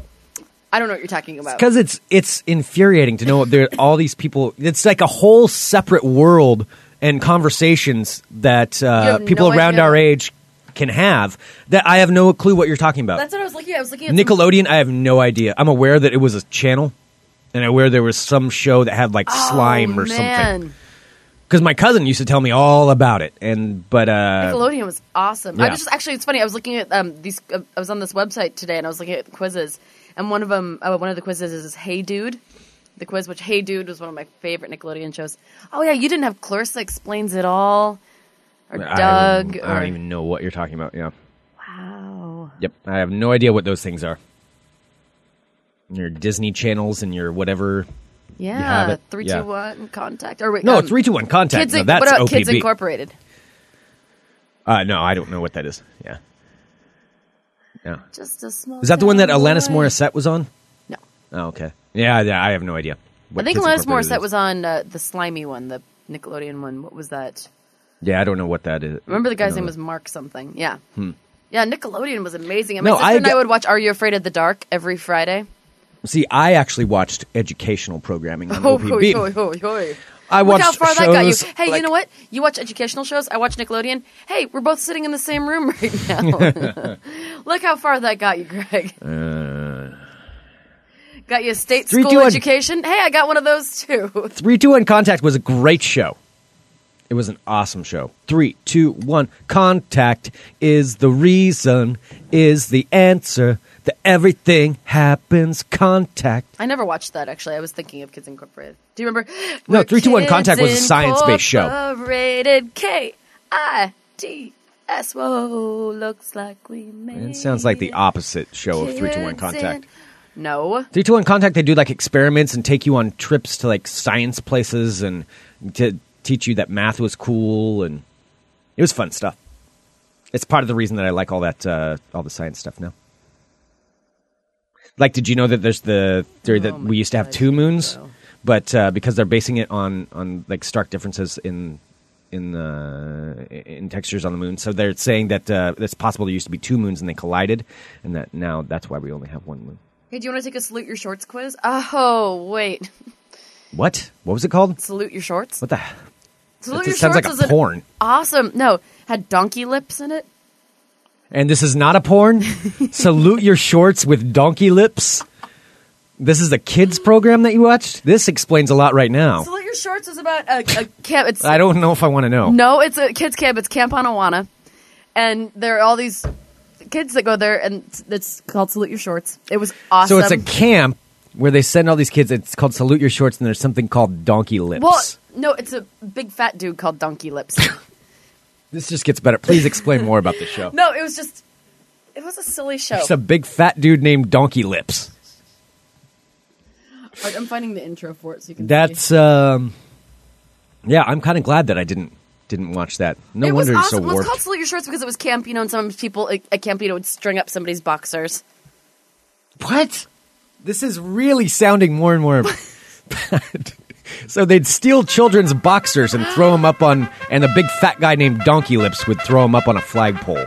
Speaker 5: I don't know what you're talking about.
Speaker 4: because it's it's infuriating to know there all these people. It's like a whole separate world and conversations that uh,
Speaker 5: have
Speaker 4: people
Speaker 5: no
Speaker 4: around
Speaker 5: idea.
Speaker 4: our age can have that I have no clue what you're talking about.
Speaker 5: That's what I was looking at. I was looking at some-
Speaker 4: Nickelodeon, I have no idea. I'm aware that it was a channel, and aware there was some show that had like slime or
Speaker 5: Oh, man.
Speaker 4: something. Because my cousin used to tell me all about it, and but uh,
Speaker 5: Nickelodeon was awesome. I
Speaker 4: yeah.
Speaker 5: was just actually, it's funny. I was looking at um, these. Uh, I was on this website today, and I was looking at quizzes, and one of them, uh, one of the quizzes is "Hey Dude," the quiz, which "Hey Dude" was one of my favorite Nickelodeon shows. Oh yeah, you didn't have Clarissa explains it all, or
Speaker 4: I
Speaker 5: Doug,
Speaker 4: I
Speaker 5: or
Speaker 4: don't even know what you're talking about. Yeah.
Speaker 5: wow.
Speaker 4: Yep, I have no idea what those things are. Your Disney channels and your whatever. have
Speaker 5: Yeah,
Speaker 4: it.
Speaker 5: three,
Speaker 4: Yeah.
Speaker 5: two, one, contact. Or wait,
Speaker 4: No,
Speaker 5: um,
Speaker 4: three, two, one. Contact.
Speaker 5: Kids,
Speaker 4: no,
Speaker 5: Inc-
Speaker 4: that's
Speaker 5: what about
Speaker 4: OPB.
Speaker 5: Kids Incorporated?
Speaker 4: Uh, no, I don't know what that is. Yeah, yeah.
Speaker 5: Just a small.
Speaker 4: Is that the one that
Speaker 5: town
Speaker 4: Alanis
Speaker 5: boy.
Speaker 4: Morissette was on?
Speaker 5: No,
Speaker 4: Oh, okay. Yeah, yeah. I have no idea.
Speaker 5: I
Speaker 4: what
Speaker 5: think
Speaker 4: Kids
Speaker 5: Alanis
Speaker 4: Incorporated
Speaker 5: Morissette
Speaker 4: is.
Speaker 5: was on uh, the slimy one, the Nickelodeon one. What was that?
Speaker 4: Yeah, I don't know what that is.
Speaker 5: Remember the
Speaker 4: I
Speaker 5: guy's
Speaker 4: don't
Speaker 5: name
Speaker 4: know.
Speaker 5: was
Speaker 4: Hmm.
Speaker 5: Mark something. Yeah. Yeah, Nickelodeon was amazing. And my
Speaker 4: No,
Speaker 5: sister
Speaker 4: I
Speaker 5: and I
Speaker 4: get-
Speaker 5: would watch Are You Afraid of the Dark every Friday. Oh,
Speaker 4: See, I actually watched educational programming on
Speaker 5: Ho, ho,
Speaker 4: OPB.
Speaker 5: ho, ho, ho.
Speaker 4: I
Speaker 5: Look how
Speaker 4: watched
Speaker 5: far that got you.
Speaker 4: shows
Speaker 5: Hey, you
Speaker 4: like-
Speaker 5: know what? You watch educational shows. I watch Nickelodeon. Hey, we're both sitting in the same room right now. Look how far that got you, Greg.
Speaker 4: Uh,
Speaker 5: got you a state
Speaker 4: Three,
Speaker 5: school
Speaker 4: two, one.
Speaker 5: education. Hey, I got one of those too.
Speaker 4: 321 Contact was a great show. It was an awesome show. 321 Contact is the reason, is the answer that everything happens. Contact.
Speaker 5: I never watched that actually. I was thinking of Kids Incorporated. Do you remember?
Speaker 4: No,
Speaker 5: We're
Speaker 4: 321
Speaker 5: Kids
Speaker 4: Contact was a science-based show.
Speaker 5: Incorporated K I T S. Whoa, looks like we made.
Speaker 4: It sounds like the opposite show of
Speaker 5: Kids
Speaker 4: 321 Contact.
Speaker 5: in- No,
Speaker 4: 321 Contact, they do like experiments and take you on trips to like science places and to teach you that math was cool. And it was fun stuff. It's part of the reason that I like all that, uh, all the science stuff now. Like, did you know that there's the theory that we used to have two moons, but uh, because they're basing it on on like stark differences in in uh, in textures on the moon, so they're saying that uh, it's possible there used to be two moons and they collided, and that now that's why we only have one moon.
Speaker 5: Hey, do you want to take a salute your shorts quiz? Oh, wait.
Speaker 4: What? What was it called?
Speaker 5: Salute your shorts?
Speaker 4: What the?
Speaker 5: salute
Speaker 4: it sounds like a
Speaker 5: an
Speaker 4: porn.
Speaker 5: awesome. No, had donkey lips in it.
Speaker 4: And this is not a porn. Salute your shorts with donkey lips. This is a kids program that you watched. This explains a lot right now.
Speaker 5: Salute your shorts is about a, a camp. It's
Speaker 4: I don't know if I want to know.
Speaker 5: no, it's a kids camp. It's Camp Anawana, and there are all these kids that go there, and it's- it's called Salute Your Shorts. It was awesome.
Speaker 4: So it's a camp where they send all these kids. It's called Salute Your Shorts, and there's something called Donkey Lips.
Speaker 5: well, no, it's a big fat dude called Donkey Lips.
Speaker 4: this just gets better. Please explain more about the show.
Speaker 5: no, it was just. It was a silly show.
Speaker 4: It's a big fat dude named Donkey Lips.
Speaker 5: Like, I'm finding the intro for it so you can. see.
Speaker 4: That's um, yeah. I'm kind of glad that I didn't didn't watch that. No
Speaker 5: it was
Speaker 4: wonder it's
Speaker 5: awesome.
Speaker 4: so
Speaker 5: Well, it's
Speaker 4: warped.
Speaker 5: called Salute Your Shorts because it was camp, you know, and sometimes people at at camp, you know, would string up somebody's boxers.
Speaker 4: What? This is really sounding more and more bad. So they'd steal children's boxers and throw them up on, and a big fat guy named Donkey Lips would throw them up on a flagpole.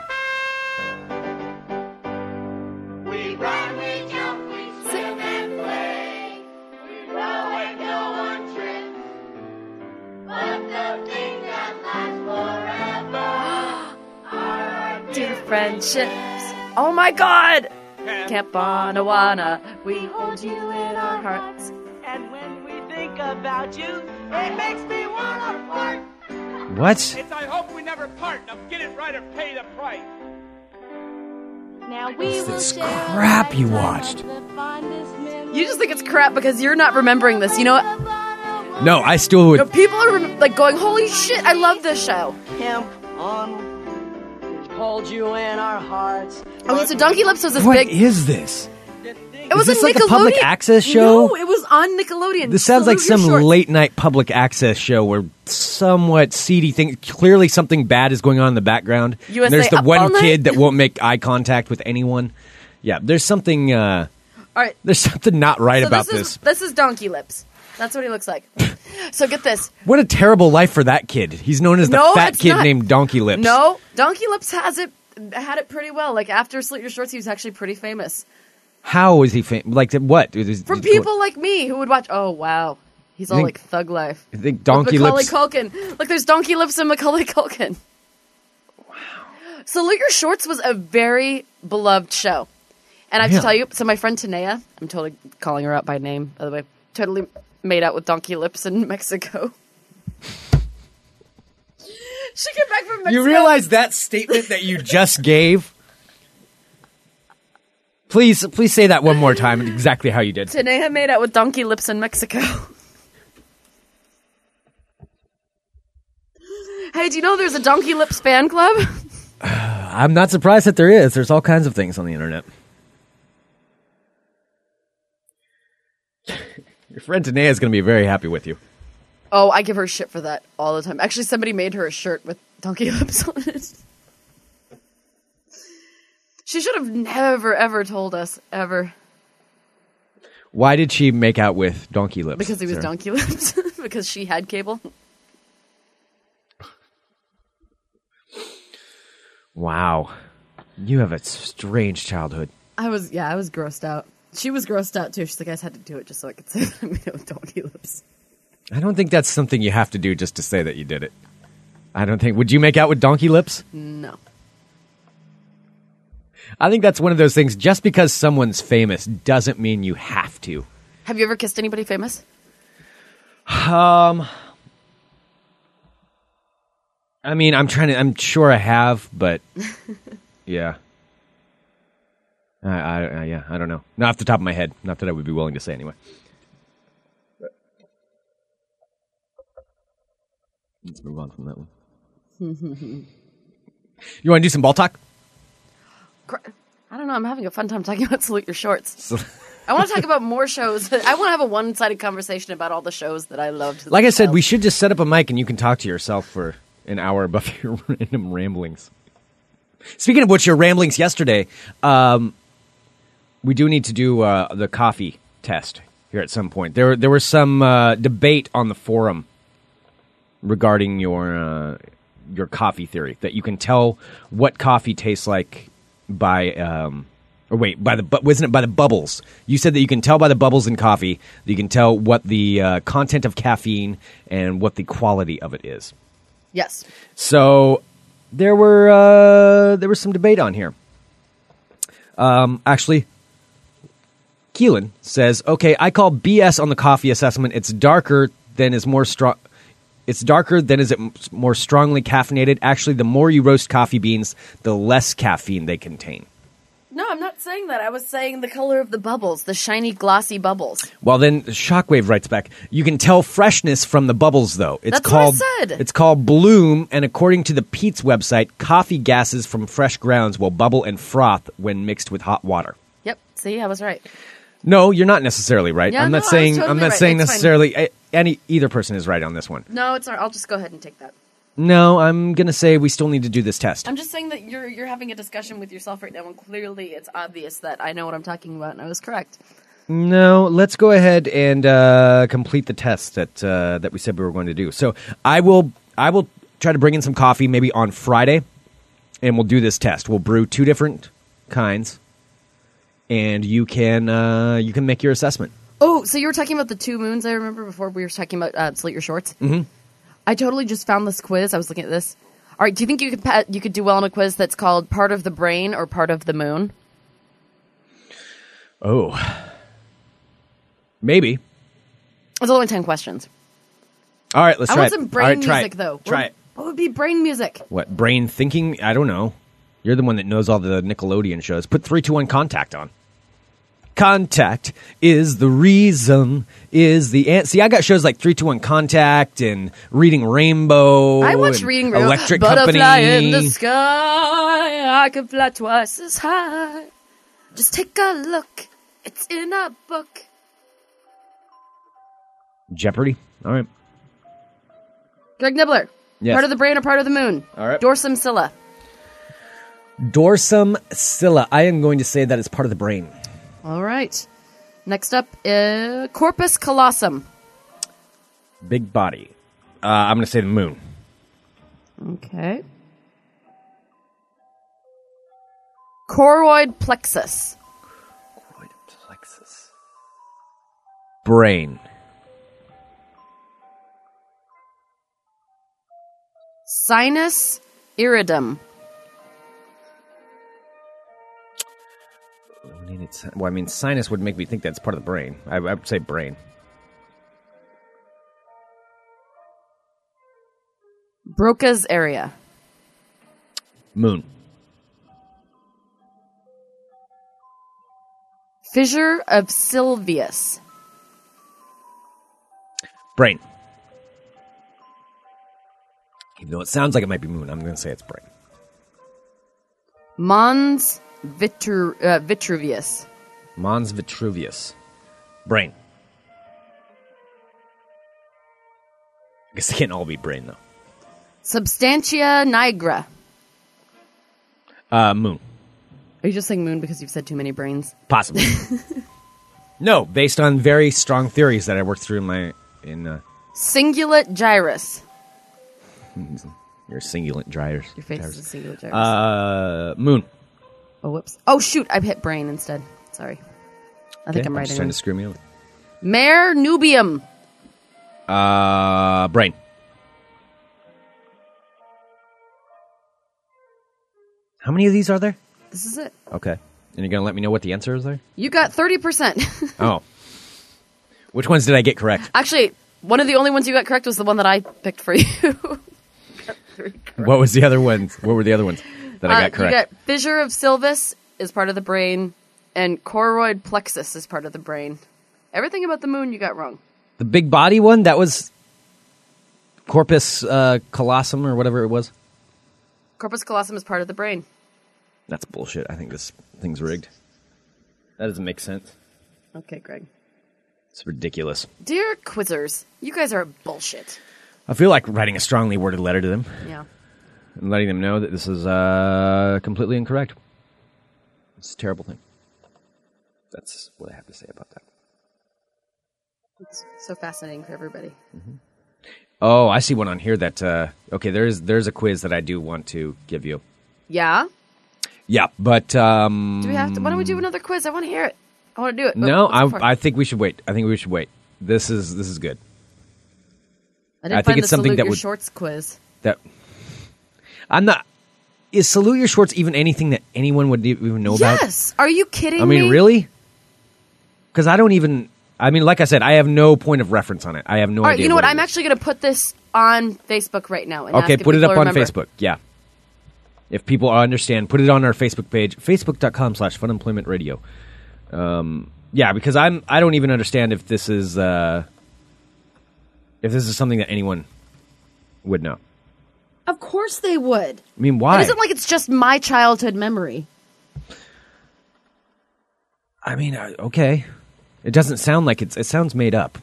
Speaker 5: Dear friendships. Oh my god! Camp Bonawana, we hold you in our hearts.
Speaker 7: And when we think about you, it makes me wanna fart.
Speaker 4: What?
Speaker 8: It's I hope we never part. Now get it right or pay the price.
Speaker 7: Now we will
Speaker 4: this
Speaker 7: share a
Speaker 4: crap you
Speaker 7: lifetime
Speaker 4: watched?
Speaker 7: of the fondest memories.
Speaker 5: You just think it's crap because you're not remembering this. You know what?
Speaker 4: No, I still would.
Speaker 5: But people are rem- like going, holy shit, I love this show.
Speaker 7: Camp on. We hold you in our hearts.
Speaker 5: Okay, so Donkey Lips was this
Speaker 4: What
Speaker 5: big.
Speaker 4: is this?
Speaker 5: it was
Speaker 4: this
Speaker 5: a
Speaker 4: like
Speaker 5: Nickelodeon.
Speaker 4: a public access show?
Speaker 5: No, it was on Nickelodeon.
Speaker 4: This sounds like
Speaker 5: Salute
Speaker 4: some
Speaker 5: your shorts.
Speaker 4: late night public access show where somewhat seedy thing. Clearly, something bad is going on in the background. And
Speaker 5: USA
Speaker 4: there's the
Speaker 5: Up All
Speaker 4: one
Speaker 5: Night?
Speaker 4: kid that won't make eye contact with anyone. Yeah, there's something. Uh,
Speaker 5: All right,
Speaker 4: there's something not right
Speaker 5: so
Speaker 4: about
Speaker 5: this is
Speaker 4: this.
Speaker 5: this is Donkey Lips. That's what he looks like. so get this.
Speaker 4: What a terrible life for that kid. He's known as the
Speaker 5: No,
Speaker 4: fat
Speaker 5: it's
Speaker 4: kid
Speaker 5: not.
Speaker 4: named Donkey Lips.
Speaker 5: No, Donkey Lips has it had it pretty well. Like after Slit Your Shorts, he was actually pretty famous.
Speaker 4: How is he fam- like what? Is-
Speaker 5: From people like me who would watch. Oh wow, he's all
Speaker 4: think-
Speaker 5: like thug life.
Speaker 4: I think Donkey
Speaker 5: Macaulay
Speaker 4: Lips.
Speaker 5: Culkin. Look, there's Donkey Lips and Macaulay Culkin. Wow. Salute Your Shorts was a very beloved show, and I have
Speaker 4: Yeah.
Speaker 5: to tell you. So my friend Tanea, I'm totally calling her out by name. By the way, totally made out with Donkey Lips in Mexico. she came back from Mexico.
Speaker 4: you realize that statement that you just gave? Please, please say that one more time. Exactly how you did.
Speaker 5: Tanea made out with donkey lips in Mexico. hey, do you know there's a donkey lips fan club?
Speaker 4: I'm not surprised that there is. There's all kinds of things on the internet. Your friend Tanea is going to be very happy with you.
Speaker 5: Oh, I give her shit for that all the time. Actually, somebody made her a shirt with donkey lips on it. She should have never, ever told us ever
Speaker 4: Why did she make out with Donkey Lips?
Speaker 5: because he was
Speaker 4: Sarah?
Speaker 5: donkey lips because she had cable.
Speaker 4: Wow, you have a strange childhood.
Speaker 5: I was, yeah, I was grossed out. She was grossed out too. She's like, I just had to do it just so I could say that I made it with donkey lips.
Speaker 4: I don't think that's something you have to do just to say that you did it. I don't think. Would you make out with donkey lips?
Speaker 5: No.
Speaker 4: I think that's one of those things. Just because someone's famous doesn't mean you have to.
Speaker 5: Have you ever kissed anybody famous?
Speaker 4: I mean, I'm trying to. I'm sure I have, but yeah. I, I, I yeah, I don't know. Not off the top of my head. Not that I would be willing to say anyway. Let's move on from that one. you want to do some ball talk?
Speaker 5: Cr- I don't know. I'm having a fun time talking about Salute Your Shorts. I want to talk about more shows. I want to have a one-sided conversation about all the shows that I loved. as
Speaker 4: Like
Speaker 5: a
Speaker 4: I said,
Speaker 5: child.
Speaker 4: we should just set up a mic and you can talk to yourself for an hour above your random ramblings. Speaking of which, your ramblings yesterday, um, we do need to do uh, the coffee test here at some point. There, there was some uh, debate on the forum regarding your uh, your coffee theory that you can tell what coffee tastes like by um, or wait by the but wasn't it by the bubbles? You said that you can tell by the bubbles in coffee that you can tell what the uh, content of caffeine and what the quality of it is.
Speaker 5: yes.
Speaker 4: So there were uh, there was some debate on here. Um, actually, Keelan says, "Okay, I call BS on the coffee assessment. It's darker than is more strong. It's darker than is it m- more strongly caffeinated. Actually, the more you roast coffee beans, the less caffeine they contain.
Speaker 5: No, I'm not saying that. I was saying the color of the bubbles, the shiny, glossy bubbles.
Speaker 4: Well, then Shockwave writes back. You can tell freshness from the bubbles, though. It's
Speaker 5: That's what I
Speaker 4: called
Speaker 5: said.
Speaker 4: it's called bloom, and according to the Pete's website, coffee gases from fresh grounds will bubble and froth when mixed with hot water.
Speaker 5: Yep. See, I was right.
Speaker 4: No, you're not necessarily right.
Speaker 5: Yeah,
Speaker 4: I'm
Speaker 5: no, I
Speaker 4: not
Speaker 5: was
Speaker 4: saying
Speaker 5: totally
Speaker 4: I'm not
Speaker 5: right.
Speaker 4: saying
Speaker 5: It's fine.
Speaker 4: necessarily a- any either person is right on this one.
Speaker 5: No, it's not. I'll just go ahead and take that.
Speaker 4: No, I'm gonna say we still need to do this test.
Speaker 5: I'm just saying that you're you're having a discussion with yourself right now, and clearly it's obvious that I know what I'm talking about, and I was correct.
Speaker 4: No, let's go ahead and uh, complete the test that uh, that we said we were going to do. So I will I will try to bring in some coffee maybe on Friday, and we'll do this test. We'll brew two different kinds, and you can uh, you can make your assessment.
Speaker 5: Oh, so you were talking about the two moons I remember before we were talking about uh, Slit Your Shorts? Mm-hmm. I totally just found this quiz. I was looking at this. All right, do you think you could pa- you could do well on a quiz that's called Part of the Brain or Part of the Moon?
Speaker 4: Oh, maybe.
Speaker 5: It's only 10 questions.
Speaker 4: All right, let's
Speaker 5: I
Speaker 4: try
Speaker 5: want
Speaker 4: it.
Speaker 5: some
Speaker 4: All
Speaker 5: brain
Speaker 4: right, try
Speaker 5: music,
Speaker 4: it.
Speaker 5: though.
Speaker 4: Try
Speaker 5: what,
Speaker 4: it.
Speaker 5: What would be brain music?
Speaker 4: What brain thinking? I don't know. You're the one that knows all the Nickelodeon shows. Put three, two, one, contact on. Contact is the reason is the an- see. I got shows like three, two, one, contact and Reading Rainbow.
Speaker 5: I watched
Speaker 4: and
Speaker 5: Reading Rainbow.
Speaker 4: Electric
Speaker 5: Butterfly
Speaker 4: Company.
Speaker 5: in the sky, I can fly twice as high. Just take a look. It's in a book.
Speaker 4: Jeopardy. All right.
Speaker 5: Greg Nibbler.
Speaker 4: Yes.
Speaker 5: Part of the brain or part of the moon?
Speaker 4: All right.
Speaker 5: Dorsum Scylla.
Speaker 4: Dorsum Scylla. I am going to say that it's part of the brain.
Speaker 5: All right. Next up, uh, corpus callosum.
Speaker 4: Big body. Uh, I'm going to say the moon.
Speaker 5: Okay. Choroid plexus.
Speaker 4: Plexus. Brain.
Speaker 5: Sinus iridum.
Speaker 4: I mean, it's- Well, I mean, sinus would make me think that's part of the brain. I, I would say brain.
Speaker 5: Broca's area.
Speaker 4: Moon.
Speaker 5: Fissure of Sylvius.
Speaker 4: Brain. Even though it sounds like it might be moon, I'm going to say it's brain.
Speaker 5: Mons Vitru- uh, Vitruvius.
Speaker 4: Mons Vitruvius. Brain. I guess they can't all be brain, though.
Speaker 5: Substantia nigra.
Speaker 4: Uh, moon.
Speaker 5: Are you just saying moon because you've said too many brains?
Speaker 4: Possibly. no, based on very strong theories that I worked through in my in uh,
Speaker 5: Cingulate gyrus.
Speaker 4: your singulant dryers.
Speaker 5: Your face is a cingulate gyrus.
Speaker 4: Uh, moon.
Speaker 5: oh, whoops. Oh, shoot. I hit brain instead. Sorry. I think I'm
Speaker 4: Okay, just
Speaker 5: right.
Speaker 4: trying
Speaker 5: anyway.
Speaker 4: to screw me over.
Speaker 5: Mare nubium.
Speaker 4: Uh, brain. How many of these are there?
Speaker 5: This is it.
Speaker 4: Okay. And you're going to let me know what the answer is there?
Speaker 5: You got 30%.
Speaker 4: Oh. Which ones did I get correct?
Speaker 5: Actually, one of the only ones you got correct was the one that I picked for you. Got three correct.
Speaker 4: What was the other ones? What were the other ones that I
Speaker 5: Uh,
Speaker 4: got correct?
Speaker 5: You got fissure of sylvis is part of the brain, and choroid plexus is part of the brain. Everything about the moon you got wrong.
Speaker 4: the big body one, that was corpus uh, callosum or whatever it was.
Speaker 5: Corpus callosum is part of the brain.
Speaker 4: That's bullshit. I think this thing's rigged. That doesn't make sense.
Speaker 5: Okay, Greg.
Speaker 4: It's ridiculous.
Speaker 5: Dear quizzers, you guys are bullshit.
Speaker 4: I feel like writing a strongly worded letter to them
Speaker 5: Yeah.
Speaker 4: and letting them know that this is uh, completely incorrect. It's a terrible thing. That's what I have to say about that.
Speaker 5: It's so fascinating for everybody.
Speaker 4: Oh, I see one on here that uh, okay. There's there's a quiz that I do want to give you.
Speaker 5: Yeah?
Speaker 4: Yeah, but um,
Speaker 5: Do we have to? Why don't we do another quiz? I want to hear it. I want to do it.
Speaker 4: no,
Speaker 5: What's it for?
Speaker 4: I, I think we should wait. I think we should wait. This is this is good.
Speaker 5: I
Speaker 4: I
Speaker 5: didn't
Speaker 4: think
Speaker 5: find
Speaker 4: it's
Speaker 5: the
Speaker 4: something
Speaker 5: salute
Speaker 4: that
Speaker 5: your
Speaker 4: would-
Speaker 5: shorts quiz.
Speaker 4: That I'm not. Is salute your shorts even anything that anyone would e- even know about?
Speaker 5: Yes. Are you kidding
Speaker 4: I mean,
Speaker 5: me?
Speaker 4: really? Because I don't even. I mean, like I said, I have no point of reference on it. I have no
Speaker 5: All right,
Speaker 4: idea.
Speaker 5: you know what?
Speaker 4: what it
Speaker 5: I'm
Speaker 4: is.
Speaker 5: actually going to put this on Facebook right now. And
Speaker 4: okay.
Speaker 5: ask if
Speaker 4: Put it
Speaker 5: people
Speaker 4: up on
Speaker 5: remember.
Speaker 4: Facebook. Yeah. If people understand, put it on our Facebook page, facebook.com/slash Fun Employment Radio. Um, yeah, because I'm I don't even understand if this is uh, if this is something that anyone would know.
Speaker 9: Of course they would.
Speaker 4: I mean, why?
Speaker 5: It isn't like it's just my childhood memory.
Speaker 4: I mean, I- okay. It doesn't sound like it's. It sounds made up.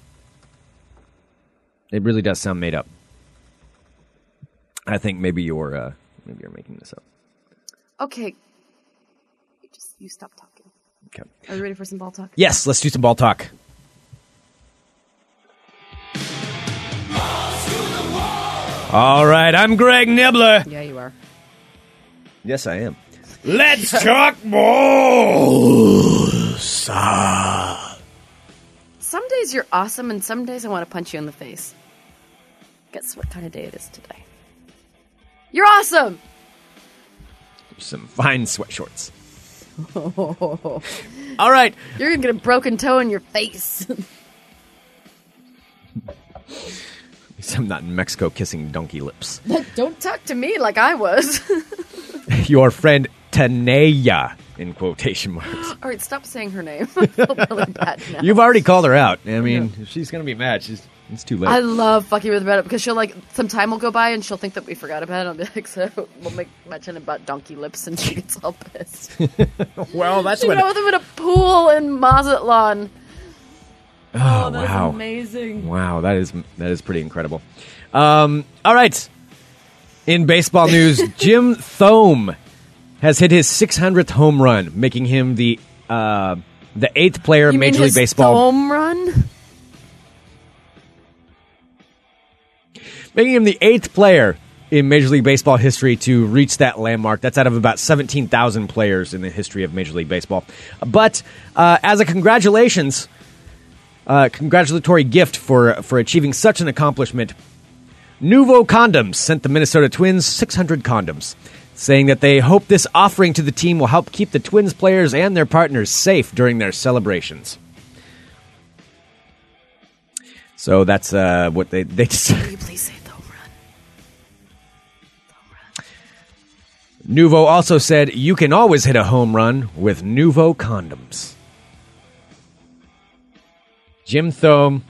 Speaker 4: It really does sound made up. I think maybe you're uh, maybe you're making this up.
Speaker 5: Okay. You just you stop talking.
Speaker 4: Okay.
Speaker 5: Are you ready for some ball talk?
Speaker 4: Yes, let's do some ball talk. All right, I'm Greg Nibbler.
Speaker 5: Yeah, you are.
Speaker 4: Yes, I am. Let's talk balls. Ah,
Speaker 5: Some days you're awesome, and some days I want to punch you in the face. Guess what kind of day it is today? You're awesome.
Speaker 4: Some fine sweatshorts. All right,
Speaker 5: You're gonna get a broken toe in your face.
Speaker 4: At least I'm not in Mexico kissing donkey lips.
Speaker 5: Don't talk to me like I was.
Speaker 4: Your friend Tanaya, in quotation marks.
Speaker 5: All right, stop saying her name. I feel really bad now.
Speaker 4: You've already called her out. I mean, if she's going to be mad. She's, it's too late.
Speaker 5: I love fucking with about it because she'll like some time will go by and she'll think that we forgot about it. I'll be like, so we'll make mention about donkey lips and she gets all pissed.
Speaker 4: well, that's
Speaker 5: she went out with them in a pool in Mazatlan.
Speaker 4: Oh,
Speaker 5: that's
Speaker 4: wow.
Speaker 5: amazing.
Speaker 4: Wow, that is that is pretty incredible. Um, all right. In baseball news, Jim Thome has hit his 600th home run, making him the uh, the eighth player in
Speaker 5: You mean
Speaker 4: Major League
Speaker 5: his
Speaker 4: Baseball.
Speaker 5: Home run.
Speaker 4: making him the eighth player in Major League Baseball history to reach that landmark. That's out of about 17,000 players in the history of Major League Baseball. But uh, as a congratulations, uh, congratulatory gift for for achieving such an accomplishment, Nuvo Condoms sent the Minnesota Twins 600 condoms, saying that they hope this offering to the team will help keep the Twins players and their partners safe during their celebrations. So that's uh, what they they just.
Speaker 5: Can you please say the home run?
Speaker 4: Nuvo also said, You can always hit a home run with Nuvo condoms. Jim Thome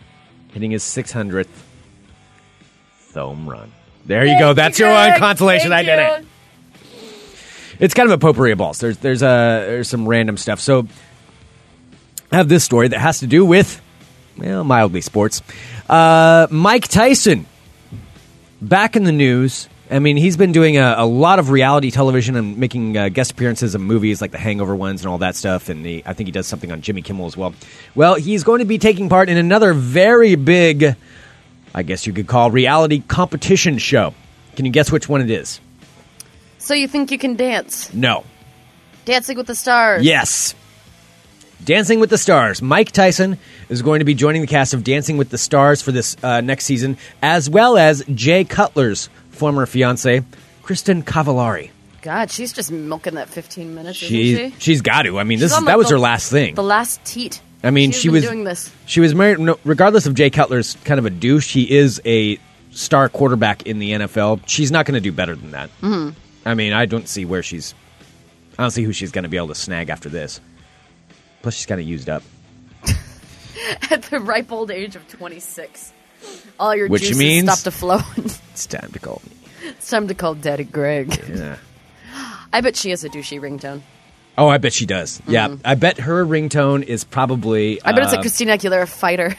Speaker 4: hitting his 600th Thome run. There you go. That's your one consolation. I did it. It's kind of a potpourri of balls. There's there's, uh, there's some random stuff. So I have this story that has to do with, well, mildly sports. Uh, Mike Tyson back in the news. I mean, he's been doing a, a lot of reality television and making uh, guest appearances in movies like the Hangover ones and all that stuff. And he, I think he does something on Jimmy Kimmel as well. Well, he's going to be taking part in another very big, I guess you could call reality competition show. Can you guess which one it is?
Speaker 5: So you think you can dance?
Speaker 4: No.
Speaker 5: Dancing with the Stars.
Speaker 4: Yes. Dancing with the Stars. Mike Tyson is going to be joining the cast of Dancing with the Stars for this uh, next season, as well as Jay Cutler's former fiance, Kristen Cavallari.
Speaker 5: God, she's just milking that 15 minutes,
Speaker 4: She,
Speaker 5: isn't she?
Speaker 4: she's got to. I mean, this
Speaker 5: She's
Speaker 4: is,
Speaker 5: on,
Speaker 4: that
Speaker 5: like,
Speaker 4: was
Speaker 5: the-
Speaker 4: her last thing.
Speaker 5: The last teat.
Speaker 4: I mean,
Speaker 5: She's
Speaker 4: she
Speaker 5: been
Speaker 4: was
Speaker 5: doing this.
Speaker 4: She was married. No, regardless of Jay Cutler's kind of a douche, he is a star quarterback in the NFL. She's not going to do better than that. Mm-hmm. I mean, I don't see where she's. I don't see who she's going to be able to snag after this. Plus, she's kind of used up.
Speaker 5: at the ripe old age of 26. All your
Speaker 4: Which
Speaker 5: juices
Speaker 4: means-
Speaker 5: stop to flow.
Speaker 4: It's time to call me.
Speaker 5: it's time to call Daddy Greg.
Speaker 4: Yeah.
Speaker 5: I bet she has a douchey ringtone.
Speaker 4: Oh, I bet she does. Yeah, I bet her ringtone is probably.
Speaker 5: Mm-hmm. I bet it's
Speaker 4: uh,
Speaker 5: a Christina Aguilera fighter.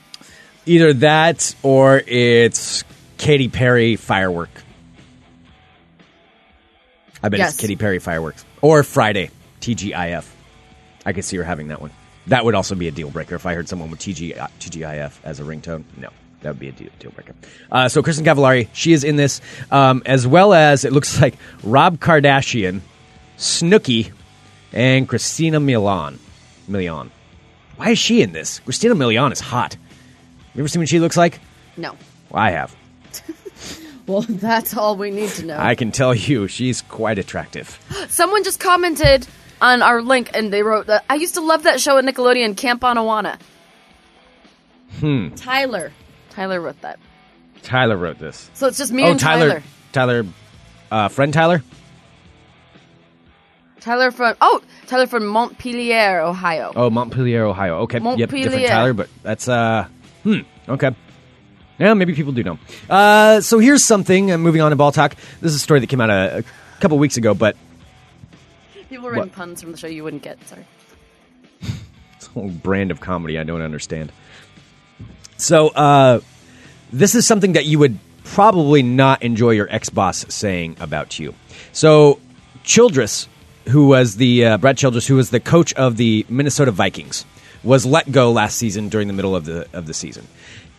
Speaker 4: either that or it's Katy Perry firework. I bet
Speaker 5: Yes.
Speaker 4: it's Katy Perry fireworks or Friday TGIF. I could see her having that one. That would also be a deal breaker if I heard someone with TG, TGIF as a ringtone. No, that would be a deal, deal breaker. Uh, so Kristen Cavallari, she is in this, um, as well as it looks like Rob Kardashian, Snooki, and Christina Milian. Milian. Why is she in this? Christina Milian is hot. You ever seen what she looks like?
Speaker 5: no.
Speaker 4: Well, I have.
Speaker 5: Well, that's all we need to know.
Speaker 4: I can tell you, she's quite attractive.
Speaker 5: Someone just commented on our link and they wrote, that, I used to love that show at Nickelodeon, Camp on Awana. Hmm. Tyler. Tyler wrote that.
Speaker 4: Tyler wrote this.
Speaker 5: So it's just me
Speaker 4: oh,
Speaker 5: and Tyler.
Speaker 4: Tyler. Tyler. uh, friend Tyler?
Speaker 5: Tyler from, oh, Tyler from Montpelier, Ohio.
Speaker 4: Oh, Montpelier, Ohio. Okay. Yep,
Speaker 5: Montpelier.
Speaker 4: different Tyler, but that's, uh, hmm. Okay. Yeah, maybe people do know. Uh, so here's something, uh, moving on to Ball Talk. This is a story that came out a, a couple weeks ago, but
Speaker 5: People were in
Speaker 4: What?
Speaker 5: puns from the show you wouldn't get. Sorry.
Speaker 4: It's a whole brand of comedy I don't understand. So, uh, this is something that you would probably not enjoy your ex boss saying about you. So, Childress, who was the uh, Brad Childress, who was the coach of the Minnesota Vikings, was let go last season during the middle of the of the season.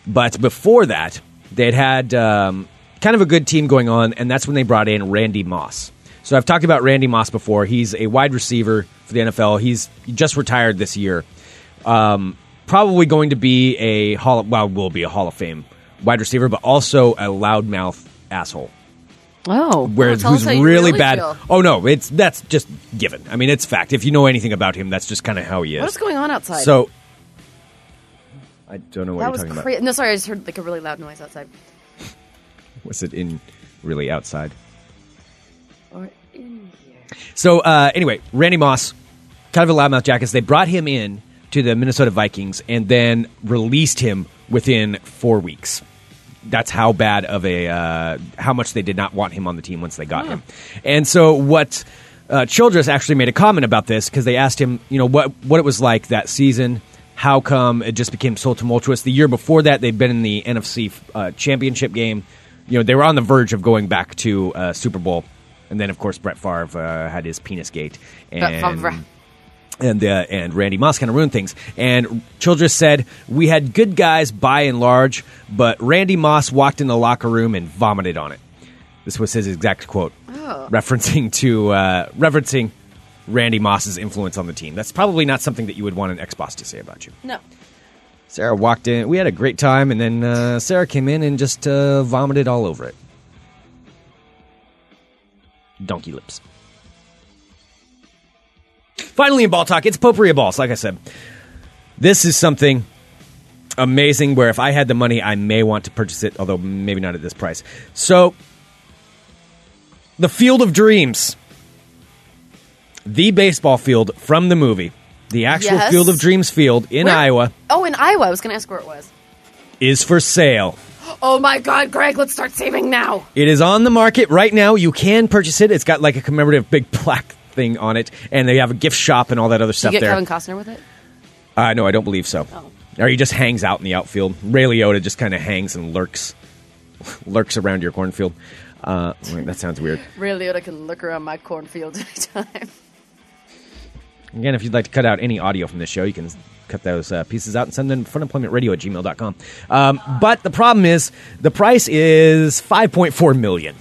Speaker 4: But before that, they'd had um, kind of a good team going on, and that's when they brought in Randy Moss. So I've talked about Randy Moss before. He's a wide receiver for the NFL. He's he just retired this year probably going to be a hall. Well, will be a Hall of Fame wide receiver, but also a loudmouth asshole.
Speaker 5: Oh,
Speaker 4: Where
Speaker 5: tell
Speaker 4: who's
Speaker 5: us how you
Speaker 4: really,
Speaker 5: really
Speaker 4: bad?
Speaker 5: feel.
Speaker 4: Oh no, it's that's just given. I mean, it's fact. If you know anything about him, that's just kind of how he is.
Speaker 5: What is going on outside?
Speaker 4: So, I don't know what
Speaker 5: that
Speaker 4: you're
Speaker 5: was
Speaker 4: talking
Speaker 5: crazy. No, sorry, I just heard like a really loud noise outside.
Speaker 4: about. Was it in really outside?
Speaker 5: Or in here.
Speaker 4: So uh, anyway, Randy Moss, kind of a loudmouth jackass. They brought him in to the Minnesota Vikings and then released him within four weeks. That's how bad of a uh, how much they did not want him on the team once they got him. And so what uh, Childress actually made a comment about this because they asked him, you know, what what it was like that season. How come it just became so tumultuous? The year before that, they'd been in the NFC uh, championship game. You know, they were on the verge of going back to uh, Super Bowl. And then, of course, Brett Favre uh, had his penis gate.
Speaker 5: Brett
Speaker 4: and-
Speaker 5: Favre.
Speaker 4: and uh, and Randy Moss kind of ruined things. And Childress said we had good guys by and large, but Randy Moss walked in the locker room and vomited on it. This was his exact quote, referencing to uh, referencing Randy Moss's influence on the team. That's probably not something that you would want an ex-boss to say about you.
Speaker 5: No.
Speaker 4: Sarah walked in. We had a great time, and then uh, Sarah came in and just uh, vomited all over it. Donkey lips. Finally, in ball talk, it's potpourri of balls. Like I said, this is something amazing. Where if I had the money, I may want to purchase it, although maybe not at this price. So, the Field of Dreams, the baseball field from the movie, the actual
Speaker 5: Yes.
Speaker 4: Field of Dreams field in
Speaker 5: Where-
Speaker 4: Iowa
Speaker 5: Oh, in Iowa. I was going to ask where it was.
Speaker 4: is for sale.
Speaker 5: Oh my God, Greg, let's start saving now.
Speaker 4: It is on the market right now. You can purchase it. It's got like a commemorative big plaque thing on it, and they have a gift shop and all that other
Speaker 5: Did you
Speaker 4: stuff
Speaker 5: get
Speaker 4: there.
Speaker 5: Kevin Oh. Costner with it?
Speaker 4: uh, no, I don't believe so. Or he just hangs out in the outfield. Ray Liotta just kind of hangs and lurks, lurks around your cornfield. Uh, wait, that sounds weird.
Speaker 5: Ray Liotta can look around my cornfield anytime.
Speaker 4: Again, if you'd like to cut out any audio from this show, you can cut those uh, pieces out and send them to funemploymentradio at gmail.com. Um, but the problem is, the price is $5.4 million.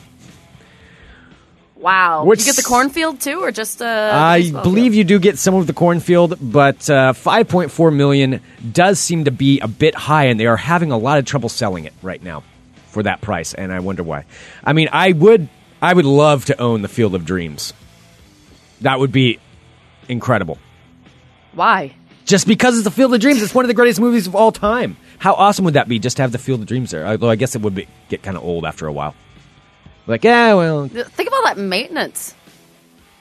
Speaker 5: Wow.
Speaker 4: Which-
Speaker 5: you get the cornfield too, or just uh,
Speaker 4: I believe you do get some of the cornfield, but uh, 5.4 million does seem to be a bit high, and they are having a lot of trouble selling it right now for that price, and I wonder why. I mean, I would, I would love to own the Field of Dreams. That would be incredible.
Speaker 5: Why?
Speaker 4: Just because it's the Field of Dreams, it's one of the greatest movies of all time. How awesome would that be? Just to have the Field of Dreams there. Although I guess it would be, get kind of old after a while. Like, yeah, well,
Speaker 5: Th- Think of all that maintenance.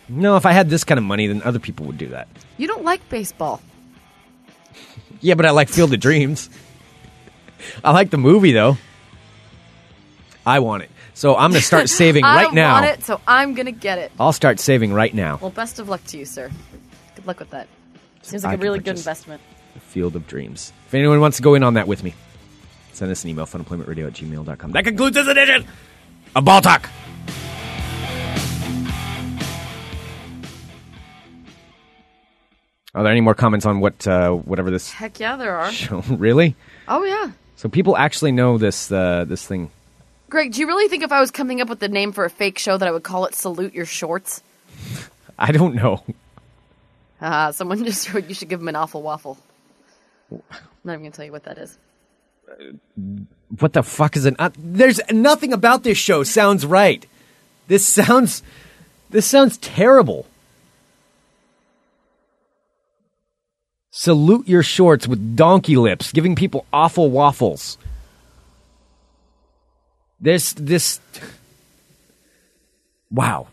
Speaker 4: no. If I had this kind of money, then other people would do that.
Speaker 5: You don't like baseball.
Speaker 4: Yeah, but I like Field of Dreams. I like the movie though. I want it. So I'm going to start saving
Speaker 5: I
Speaker 4: right
Speaker 5: don't
Speaker 4: now.
Speaker 5: want it, so I'm gonna get it.
Speaker 4: I'll start saving right now.
Speaker 5: Well, best of luck to you, sir. Good luck with that. Seems
Speaker 4: I
Speaker 5: like a
Speaker 4: can
Speaker 5: really good
Speaker 4: purchase.
Speaker 5: investment.
Speaker 4: Field of Dreams. If anyone wants to go in on that with me, send us an email, funemploymentradio at gmail.com. That concludes this edition of Ball Talk. Are there any more comments on what uh, whatever this
Speaker 5: Heck yeah, there are.
Speaker 4: show? really?
Speaker 5: Oh yeah.
Speaker 4: So people actually know this uh, this thing.
Speaker 5: Greg, do you really think if I was coming up with the name for a fake show that I would call it Salute Your Shorts?
Speaker 4: I don't know.
Speaker 5: Uh, someone just wrote you should give him an awful waffle. I'm not even gonna tell you what that is.
Speaker 4: what the fuck is an uh, there's nothing about this show sounds right this sounds this sounds terrible salute your shorts with donkey lips giving people awful waffles this this wow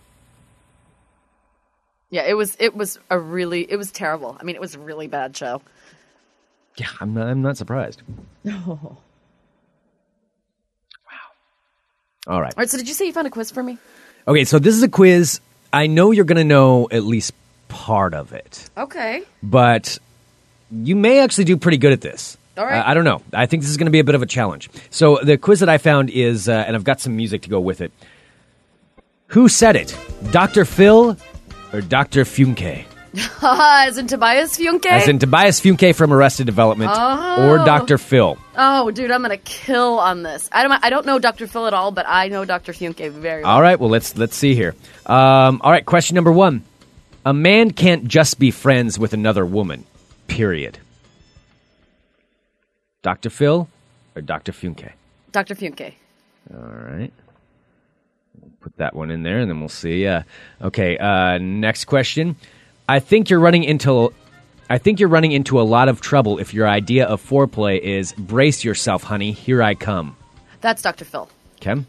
Speaker 5: Yeah, it was it was a really it was terrible. I mean, it was a really bad show.
Speaker 4: yeah i'm not, I'm not surprised wow all right
Speaker 5: All right, so did you say you found a quiz for me?
Speaker 4: okay so this is a quiz i know you're gonna know at least part of it
Speaker 5: Okay.
Speaker 4: but you may actually do pretty good at this.
Speaker 5: All right.
Speaker 4: Uh, I don't know. I think this is going to be a bit of a challenge. So the quiz that I found is, uh, and I've got some music to go with it. Who said it, Dr. Phil or Dr. Funke?
Speaker 5: As in Tobias Funke?
Speaker 4: As in Tobias Funke from Arrested Development or Dr. Phil?
Speaker 5: oh, dude, I'm gonna kill on this. I don't I don't know Dr. Phil at all, but I know Dr. Funke very well.
Speaker 4: All right. Well, let's let's see here. Um, all right. Question number one: A man can't just be friends with another woman. Period. Dr. Phil or Dr. Funke?
Speaker 5: Dr. Funke.
Speaker 4: All right. Put that one in there and then we'll see. Yeah. Okay, uh next question. I think you're running into I think you're running into a lot of trouble if your idea of foreplay is brace yourself, honey, here I come.
Speaker 5: That's Dr. Phil.
Speaker 4: Okay?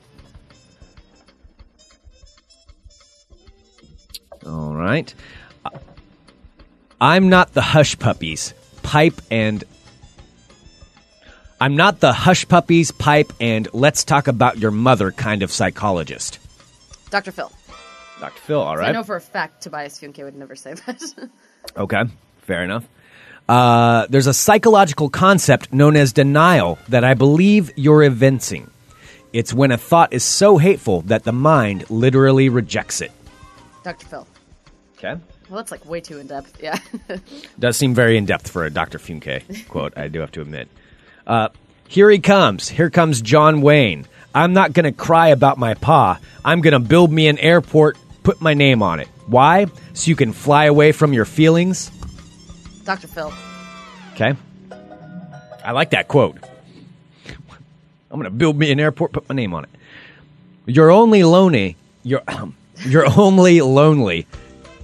Speaker 4: All right. I- I'm not the hush puppies. Pipe and I'm not the hush puppies, pipe and let's talk about your mother kind of psychologist.
Speaker 5: Dr. Phil.
Speaker 4: Dr. Phil, all
Speaker 5: I
Speaker 4: right.
Speaker 5: know for a fact Tobias Funke would never say that.
Speaker 4: Okay, fair enough. Uh, there's a psychological concept known as denial that I believe you're evincing. It's when a thought is so hateful that the mind literally rejects it.
Speaker 5: Dr. Phil.
Speaker 4: Okay.
Speaker 5: Well, that's like way too in depth. Yeah.
Speaker 4: Does seem very in depth for a Dr. Funke quote, I do have to admit. Uh, here he comes. Here comes John Wayne. I'm not going to cry about my pa. I'm going to build me an airport, put my name on it. Why? So you can fly away from your feelings.
Speaker 5: Dr. Phil.
Speaker 4: Okay. I like that quote. I'm going to build me an airport, put my name on it. You're only lonely. You're, you're only lonely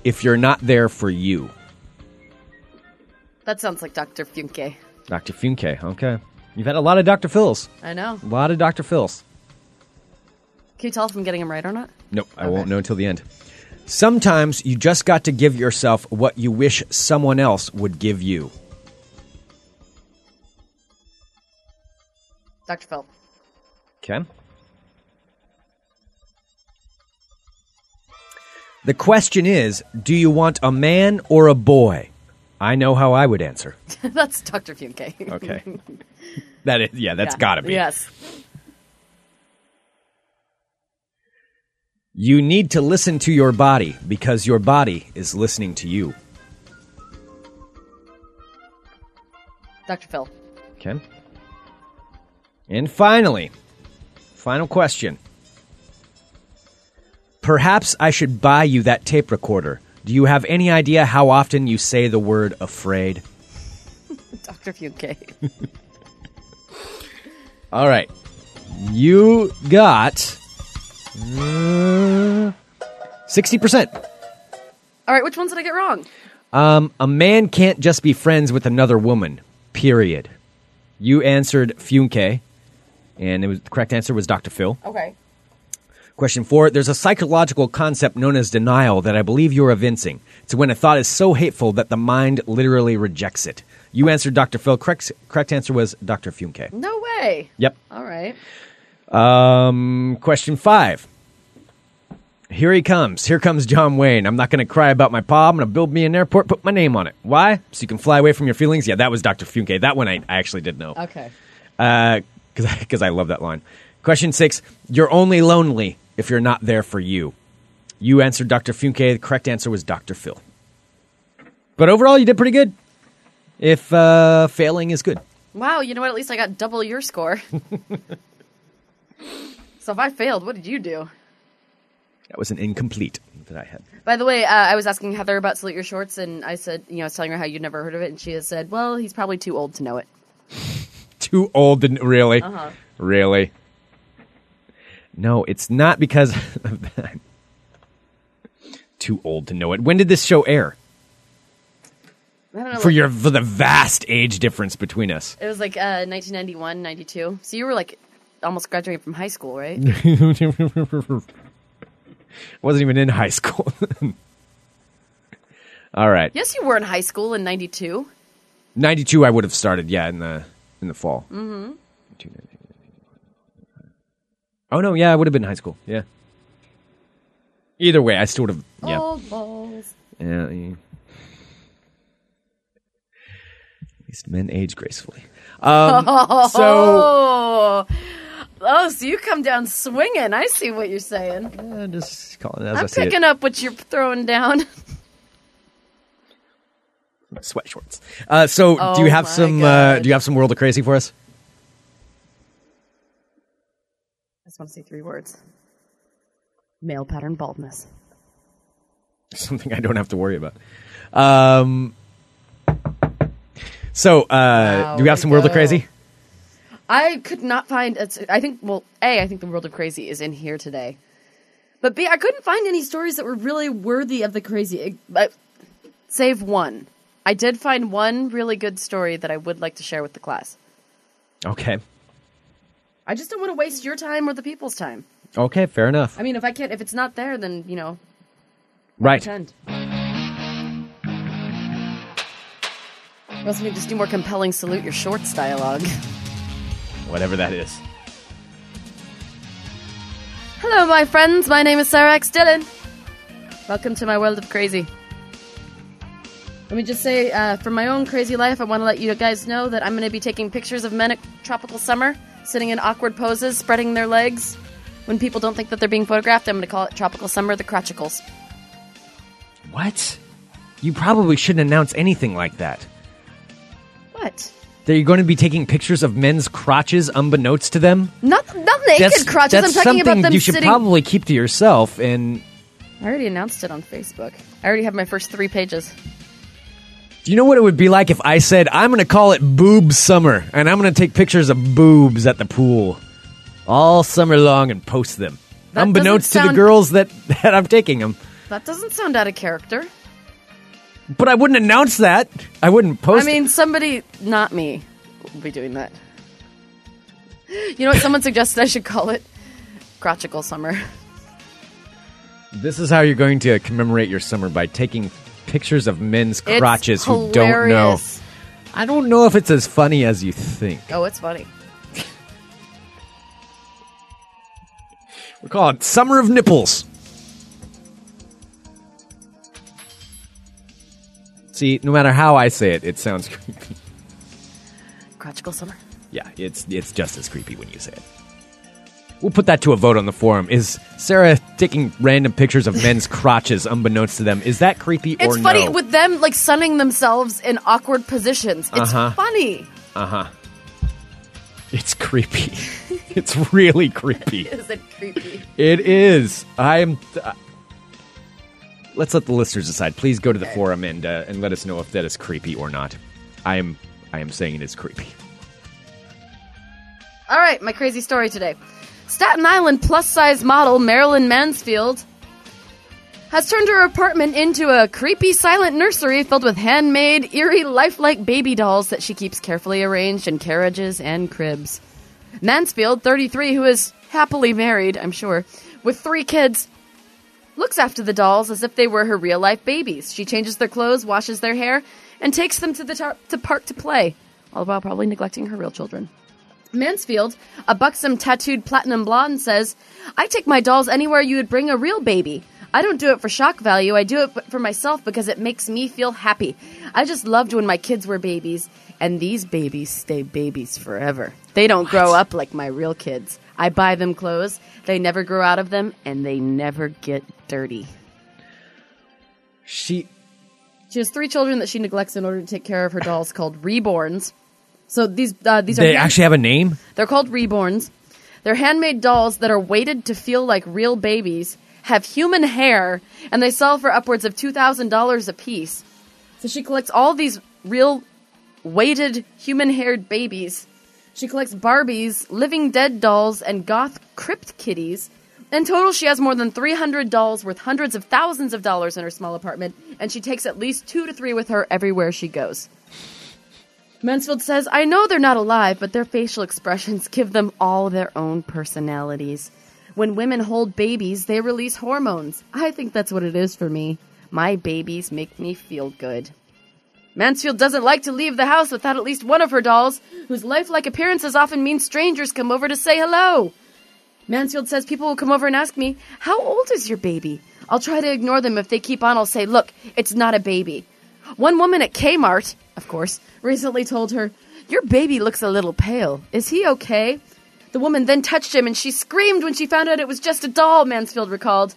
Speaker 4: if you're not there for you.
Speaker 5: That sounds like Dr. Funke.
Speaker 4: Dr. Funke. Okay. You've had a lot of Dr. Phil's.
Speaker 5: I know.
Speaker 4: A lot of Dr. Phil's.
Speaker 5: Can you tell if I'm getting him right or not?
Speaker 4: Nope, I won't know until the end. Sometimes you just got to give yourself what you wish someone else would give you.
Speaker 5: Dr. Phil.
Speaker 4: Okay. The question is do you want a man or a boy? I know how I would answer.
Speaker 5: that's Dr. Funke.
Speaker 4: Okay. that is, yeah, that's
Speaker 5: Yeah.
Speaker 4: gotta be.
Speaker 5: Yes.
Speaker 4: You need to listen to your body because your body is listening to you.
Speaker 5: Dr. Phil.
Speaker 4: Okay. And finally, final question. Perhaps I should buy you that tape recorder. Do you have any idea how often you say the word afraid?
Speaker 5: Dr. Fuke.
Speaker 4: All right. You got uh, 60%.
Speaker 5: All right, which ones did I get wrong?
Speaker 4: Um, a man can't just be friends with another woman, period. You answered Funke, and it was, the correct answer was Dr. Phil.
Speaker 5: Okay.
Speaker 4: Question four There's a psychological concept known as denial that I believe you're evincing. It's when a thought is so hateful that the mind literally rejects it. You answered Dr. Phil. Correct, correct answer was Dr. Funke.
Speaker 5: No way.
Speaker 4: Yep.
Speaker 5: All right.
Speaker 4: Um, question five. Here he comes. Here comes John Wayne. I'm not going to cry about my pa. I'm going to build me an airport, put my name on it. Why? So you can fly away from your feelings? Yeah, that was Dr. Funke. That one I, I actually did know.
Speaker 5: Okay.
Speaker 4: Because Uh, I love that line. Question six. You're only lonely if you're not there for you. You answered Dr. Funke. The correct answer was Dr. Phil. But overall, you did pretty good. If uh, failing is good.
Speaker 5: Wow, you know what? At least I got double your score. so if I failed, what did you do?
Speaker 4: That was an incomplete that I had.
Speaker 5: By the way, uh, I was asking Heather about Salute Your Shorts, and I said, you know, I was telling her how you'd never heard of it, and she has said, well, he's probably too old to know it.
Speaker 4: too old to kn- really,
Speaker 5: Uh-huh.
Speaker 4: really. No, it's not because of that. too old to know it. When did this show air?
Speaker 5: I don't know.
Speaker 4: For
Speaker 5: like-
Speaker 4: your for the vast age difference between us.
Speaker 5: It was like uh, 1991, 92. So you were like almost graduating from high school, right?
Speaker 4: Wasn't even in high school. All right,
Speaker 5: yes, you were in high school in 92.
Speaker 4: ninety two. I would have started. Yeah, in the in the fall. Mm-hmm. Oh no, yeah, I would have been in high school. Yeah. Either way, I still would have. Yeah.
Speaker 5: Oh, balls.
Speaker 4: Yeah. yeah. At least men age gracefully. Um, so
Speaker 5: Oh. Oh, so you come down swinging. I see what you're saying.
Speaker 4: Yeah, just calling it as i
Speaker 5: I'm
Speaker 4: see
Speaker 5: picking
Speaker 4: it.
Speaker 5: up what you're throwing down.
Speaker 4: Sweat shorts. Uh, so do
Speaker 5: Oh
Speaker 4: you have
Speaker 5: my
Speaker 4: some? Uh,
Speaker 5: God.
Speaker 4: do you have some world of crazy for us?
Speaker 5: I just want to say three words. Male pattern baldness.
Speaker 4: Something I don't have to worry about. Um, so uh, do we have
Speaker 5: way
Speaker 4: some world of
Speaker 5: to go.
Speaker 4: crazy?
Speaker 5: I could not find. A, I think. Well, a. I think the world of crazy is in here today, but b. I couldn't find any stories that were really worthy of the crazy, uh, save one. I did find one really good story that I would like to share with the class.
Speaker 4: Okay.
Speaker 5: I just don't want to waste your time or the people's time.
Speaker 4: Okay. Fair enough.
Speaker 5: I mean, if I can't, if it's not there, then you know,
Speaker 4: right.
Speaker 5: pretend. We also need to just do more compelling salute your shorts dialogue.
Speaker 4: Whatever that is.
Speaker 5: Hello, my friends. My name is Sarah X. Dillon. Welcome to my world of crazy. Let me just say, uh, from my own crazy life, I want to let you guys know that I'm going to be taking pictures of men at tropical summer, sitting in awkward poses, spreading their legs. When people don't think that they're being photographed, I'm going to call it tropical summer the crotchicles.
Speaker 4: What? You probably shouldn't announce anything like that.
Speaker 5: What?
Speaker 4: That you're going to be taking pictures of men's crotches unbeknownst to them?
Speaker 5: Not not naked crotches.
Speaker 4: that's
Speaker 5: I'm talking
Speaker 4: something
Speaker 5: about them
Speaker 4: you should
Speaker 5: sitting.
Speaker 4: probably keep to yourself. And
Speaker 5: I already announced it on Facebook. I already have my first three pages.
Speaker 4: do you know what it would be like if I said, I'm going to call it boob summer, and I'm going to take pictures of boobs at the pool all summer long and post them?
Speaker 5: That doesn't
Speaker 4: unbeknownst to the
Speaker 5: sound-
Speaker 4: girls that, that I'm taking them.
Speaker 5: That doesn't sound out of character.
Speaker 4: But I wouldn't announce that. I wouldn't post
Speaker 5: I mean, somebody, not me, will be doing that. You know what? Someone suggested I should call it Crotchical Summer.
Speaker 4: This is how you're going to commemorate your summer by taking pictures of men's
Speaker 5: It's
Speaker 4: crotches who don't know.
Speaker 5: hilarious.
Speaker 4: I don't know if it's as funny as you think.
Speaker 5: Oh, it's funny.
Speaker 4: We're calling it Summer of Nipples. See, no matter how I say it, it sounds creepy.
Speaker 5: Crotchical Summer.
Speaker 4: Yeah, it's it's just as creepy when you say it. We'll put that to a vote on the forum. Is Sarah taking random pictures of men's crotches unbeknownst to them? Is that creepy
Speaker 5: It's
Speaker 4: or
Speaker 5: funny
Speaker 4: no?
Speaker 5: with them like sunning themselves in awkward positions. It's
Speaker 4: Uh-huh.
Speaker 5: funny.
Speaker 4: uh huh. It's creepy. it's really creepy.
Speaker 5: Is it creepy?
Speaker 4: It is. I'm. Uh, let's let the listeners decide. Please go to the forum and uh, and let us know if that is creepy or not. I am I am saying it is creepy.
Speaker 5: All right, my crazy story today. Staten Island plus size model Marilyn Mansfield has turned her apartment into a creepy silent nursery filled with handmade, eerie, lifelike baby dolls that she keeps carefully arranged in carriages and cribs. Mansfield, 33, who is happily married, I'm sure, with three kids, looks after the dolls as if they were her real life babies. She changes their clothes, washes their hair, and takes them to the tar- to park to play, all while probably neglecting her real children. Mansfield, a buxom tattooed platinum blonde, says, I take my dolls anywhere you would bring a real baby. I don't do it for shock value, I do it for myself because it makes me feel happy. I just loved when my kids were babies, and these babies stay babies forever. They don't grow up like my real kids. I buy them clothes, they never grow out of them, and they never get dirty.
Speaker 4: She
Speaker 5: She has three children that she neglects in order to take care of her dolls called reborns. So these uh, these are
Speaker 4: they
Speaker 5: hand-
Speaker 4: actually have a name.
Speaker 5: They're called reborns. They're handmade dolls that are weighted to feel like real babies, have human hair, and they sell for upwards of $2,000 a piece. So she collects all these real weighted human haired babies. She collects Barbies, living dead dolls, and goth crypt kitties. In total, she has more than 300 dolls worth hundreds of thousands of dollars in her small apartment, and she takes at least two to three with her everywhere she goes. Mansfield says, I know they're not alive, but their facial expressions give them all their own personalities. When women hold babies, they release hormones. I think that's what it is for me. My babies make me feel good. Mansfield doesn't like to leave the house without at least one of her dolls, whose lifelike appearances often mean strangers come over to say hello. Mansfield says people will come over and ask me, How old is your baby? I'll try to ignore them. If they keep on, I'll say, Look, it's not a baby. One woman at Kmart, of course, recently told her, Your baby looks a little pale. Is he okay? The woman then touched him and she screamed when she found out it was just a doll, Mansfield recalled.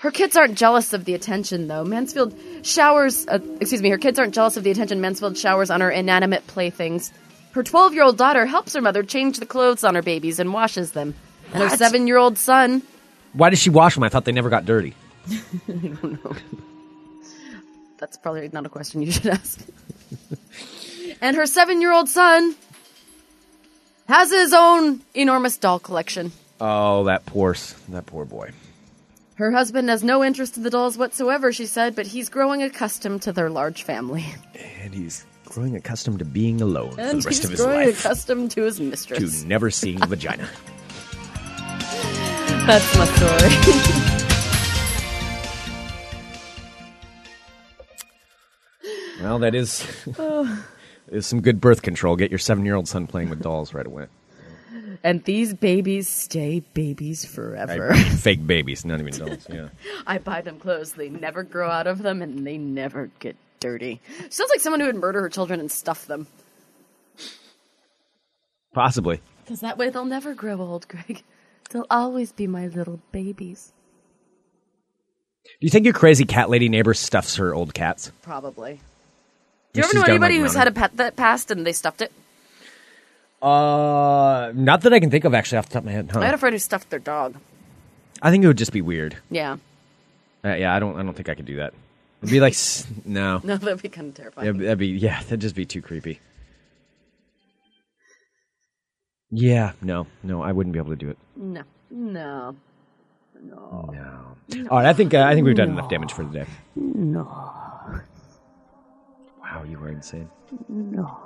Speaker 5: Her kids aren't jealous of the attention, though. Mansfield showers, uh, excuse me, her kids aren't jealous of the attention Mansfield showers on her inanimate playthings. Her 12 year old daughter helps her mother change the clothes on her babies and washes them. And her seven year old son
Speaker 4: Why did she wash them? I thought they never got dirty.
Speaker 5: That's probably not a question you should ask. and her seven year old son has his own enormous doll collection.
Speaker 4: Oh, that poor s- that poor boy.
Speaker 5: Her husband has no interest in the dolls whatsoever, she said, but he's growing accustomed to their large family.
Speaker 4: And he's growing accustomed to being alone for
Speaker 5: And
Speaker 4: the rest
Speaker 5: he's
Speaker 4: of his
Speaker 5: growing
Speaker 4: life,
Speaker 5: accustomed to his
Speaker 4: to
Speaker 5: mistress.
Speaker 4: never seeing a vagina.
Speaker 5: That's my story.
Speaker 4: Well, that is is some good birth control. Get your seven year old son playing with dolls right away.
Speaker 5: and these babies stay babies forever.
Speaker 4: Fake babies, not even dolls. Yeah.
Speaker 5: I buy them clothes. They never grow out of them, and they never get dirty. Sounds like someone who would murder her children and stuff them.
Speaker 4: Possibly.
Speaker 5: Because that way they'll never grow old, Greg. They'll always be my little babies.
Speaker 4: Do you think your crazy cat lady neighbor stuffs her old cats?
Speaker 5: Probably. Do you
Speaker 4: Yes,
Speaker 5: ever know
Speaker 4: she's down
Speaker 5: anybody
Speaker 4: like
Speaker 5: who's
Speaker 4: Rana.
Speaker 5: had a pet that passed and they stuffed it?
Speaker 4: Uh, not that I can think of actually off the top of my head. Huh?
Speaker 5: I
Speaker 4: I,
Speaker 5: had a friend who stuffed their dog.
Speaker 4: think it would just be weird.
Speaker 5: Yeah.
Speaker 4: Uh, yeah, I don't. I don't think I could do that. It'd be like s- no.
Speaker 5: No, that'd be kind of terrifying.
Speaker 4: That'd, be- that'd be yeah. That'd just be too creepy. Yeah. No. No. I wouldn't be able to do it.
Speaker 5: No. No.
Speaker 4: No. All right. I think uh, I think we've done enough damage for the day. No. Wow, you are insane. No.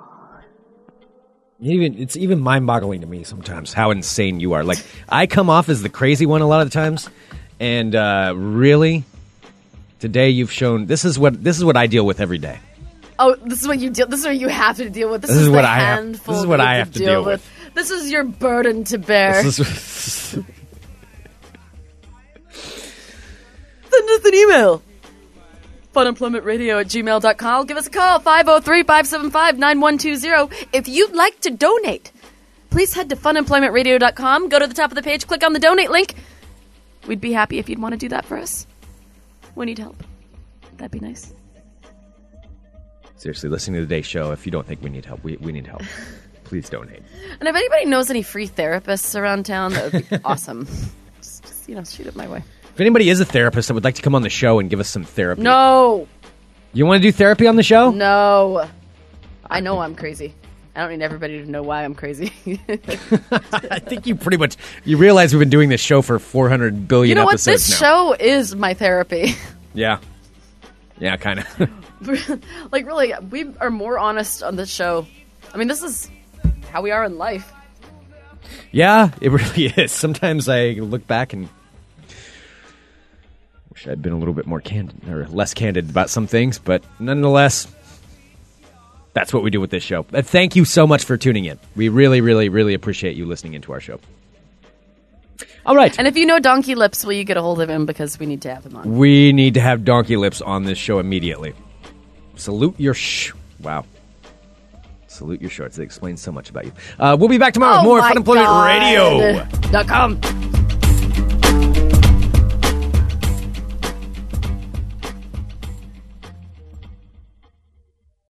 Speaker 4: Even it's even mind-boggling to me sometimes how insane you are. Like I come off as the crazy one a lot of the times, and uh, really, today you've shown this is what this is what I deal with every day.
Speaker 5: Oh, this is what you deal. This is what you have to deal with. This,
Speaker 4: This is
Speaker 5: the
Speaker 4: what I have-
Speaker 5: handful
Speaker 4: this is what
Speaker 5: you
Speaker 4: I have to deal with.
Speaker 5: This is your burden to bear.
Speaker 4: This is,
Speaker 5: Send us an email. Funemploymentradio at gmail.com. Give us a call, 503 575 9120. If you'd like to donate, please head to funemploymentradio.com, go to the top of the page, click on the donate link. We'd be happy if you'd want to do that for us. We need help. That'd be nice.
Speaker 4: seriously, listening to today's show. If you don't think we need help, we, we need help. Please donate.
Speaker 5: And if anybody knows any free therapists around town, that would be awesome. Just, just, you know, shoot it my way.
Speaker 4: If anybody is a therapist that would like to come on the show and give us some therapy,
Speaker 5: No,
Speaker 4: you want to do therapy on the show?
Speaker 5: no. I know I'm crazy. I don't need everybody to know why I'm crazy.
Speaker 4: I think you pretty much you realize we've been doing this show for 400 billion
Speaker 5: you know what?
Speaker 4: episodes
Speaker 5: This
Speaker 4: now.
Speaker 5: show is my therapy.
Speaker 4: yeah, yeah, kind of.
Speaker 5: like, really, we are more honest on this show. I mean, this is how we are in life.
Speaker 4: yeah, it really is. Sometimes I look back and wish I'd been a little bit more candid or less candid about some things, but nonetheless, that's what we do with this show. But thank you so much for tuning in. We really, really, really appreciate you listening into our show. All right.
Speaker 5: And if you know Donkey Lips, will you get a hold of him because we need to have him on?
Speaker 4: We need to have Donkey Lips on this show immediately. Salute your sh. Wow.
Speaker 5: Oh
Speaker 4: Salute your shorts. It explains so much about you. Uh, we'll be back tomorrow with more Fun Employment Radio.
Speaker 5: Dot com.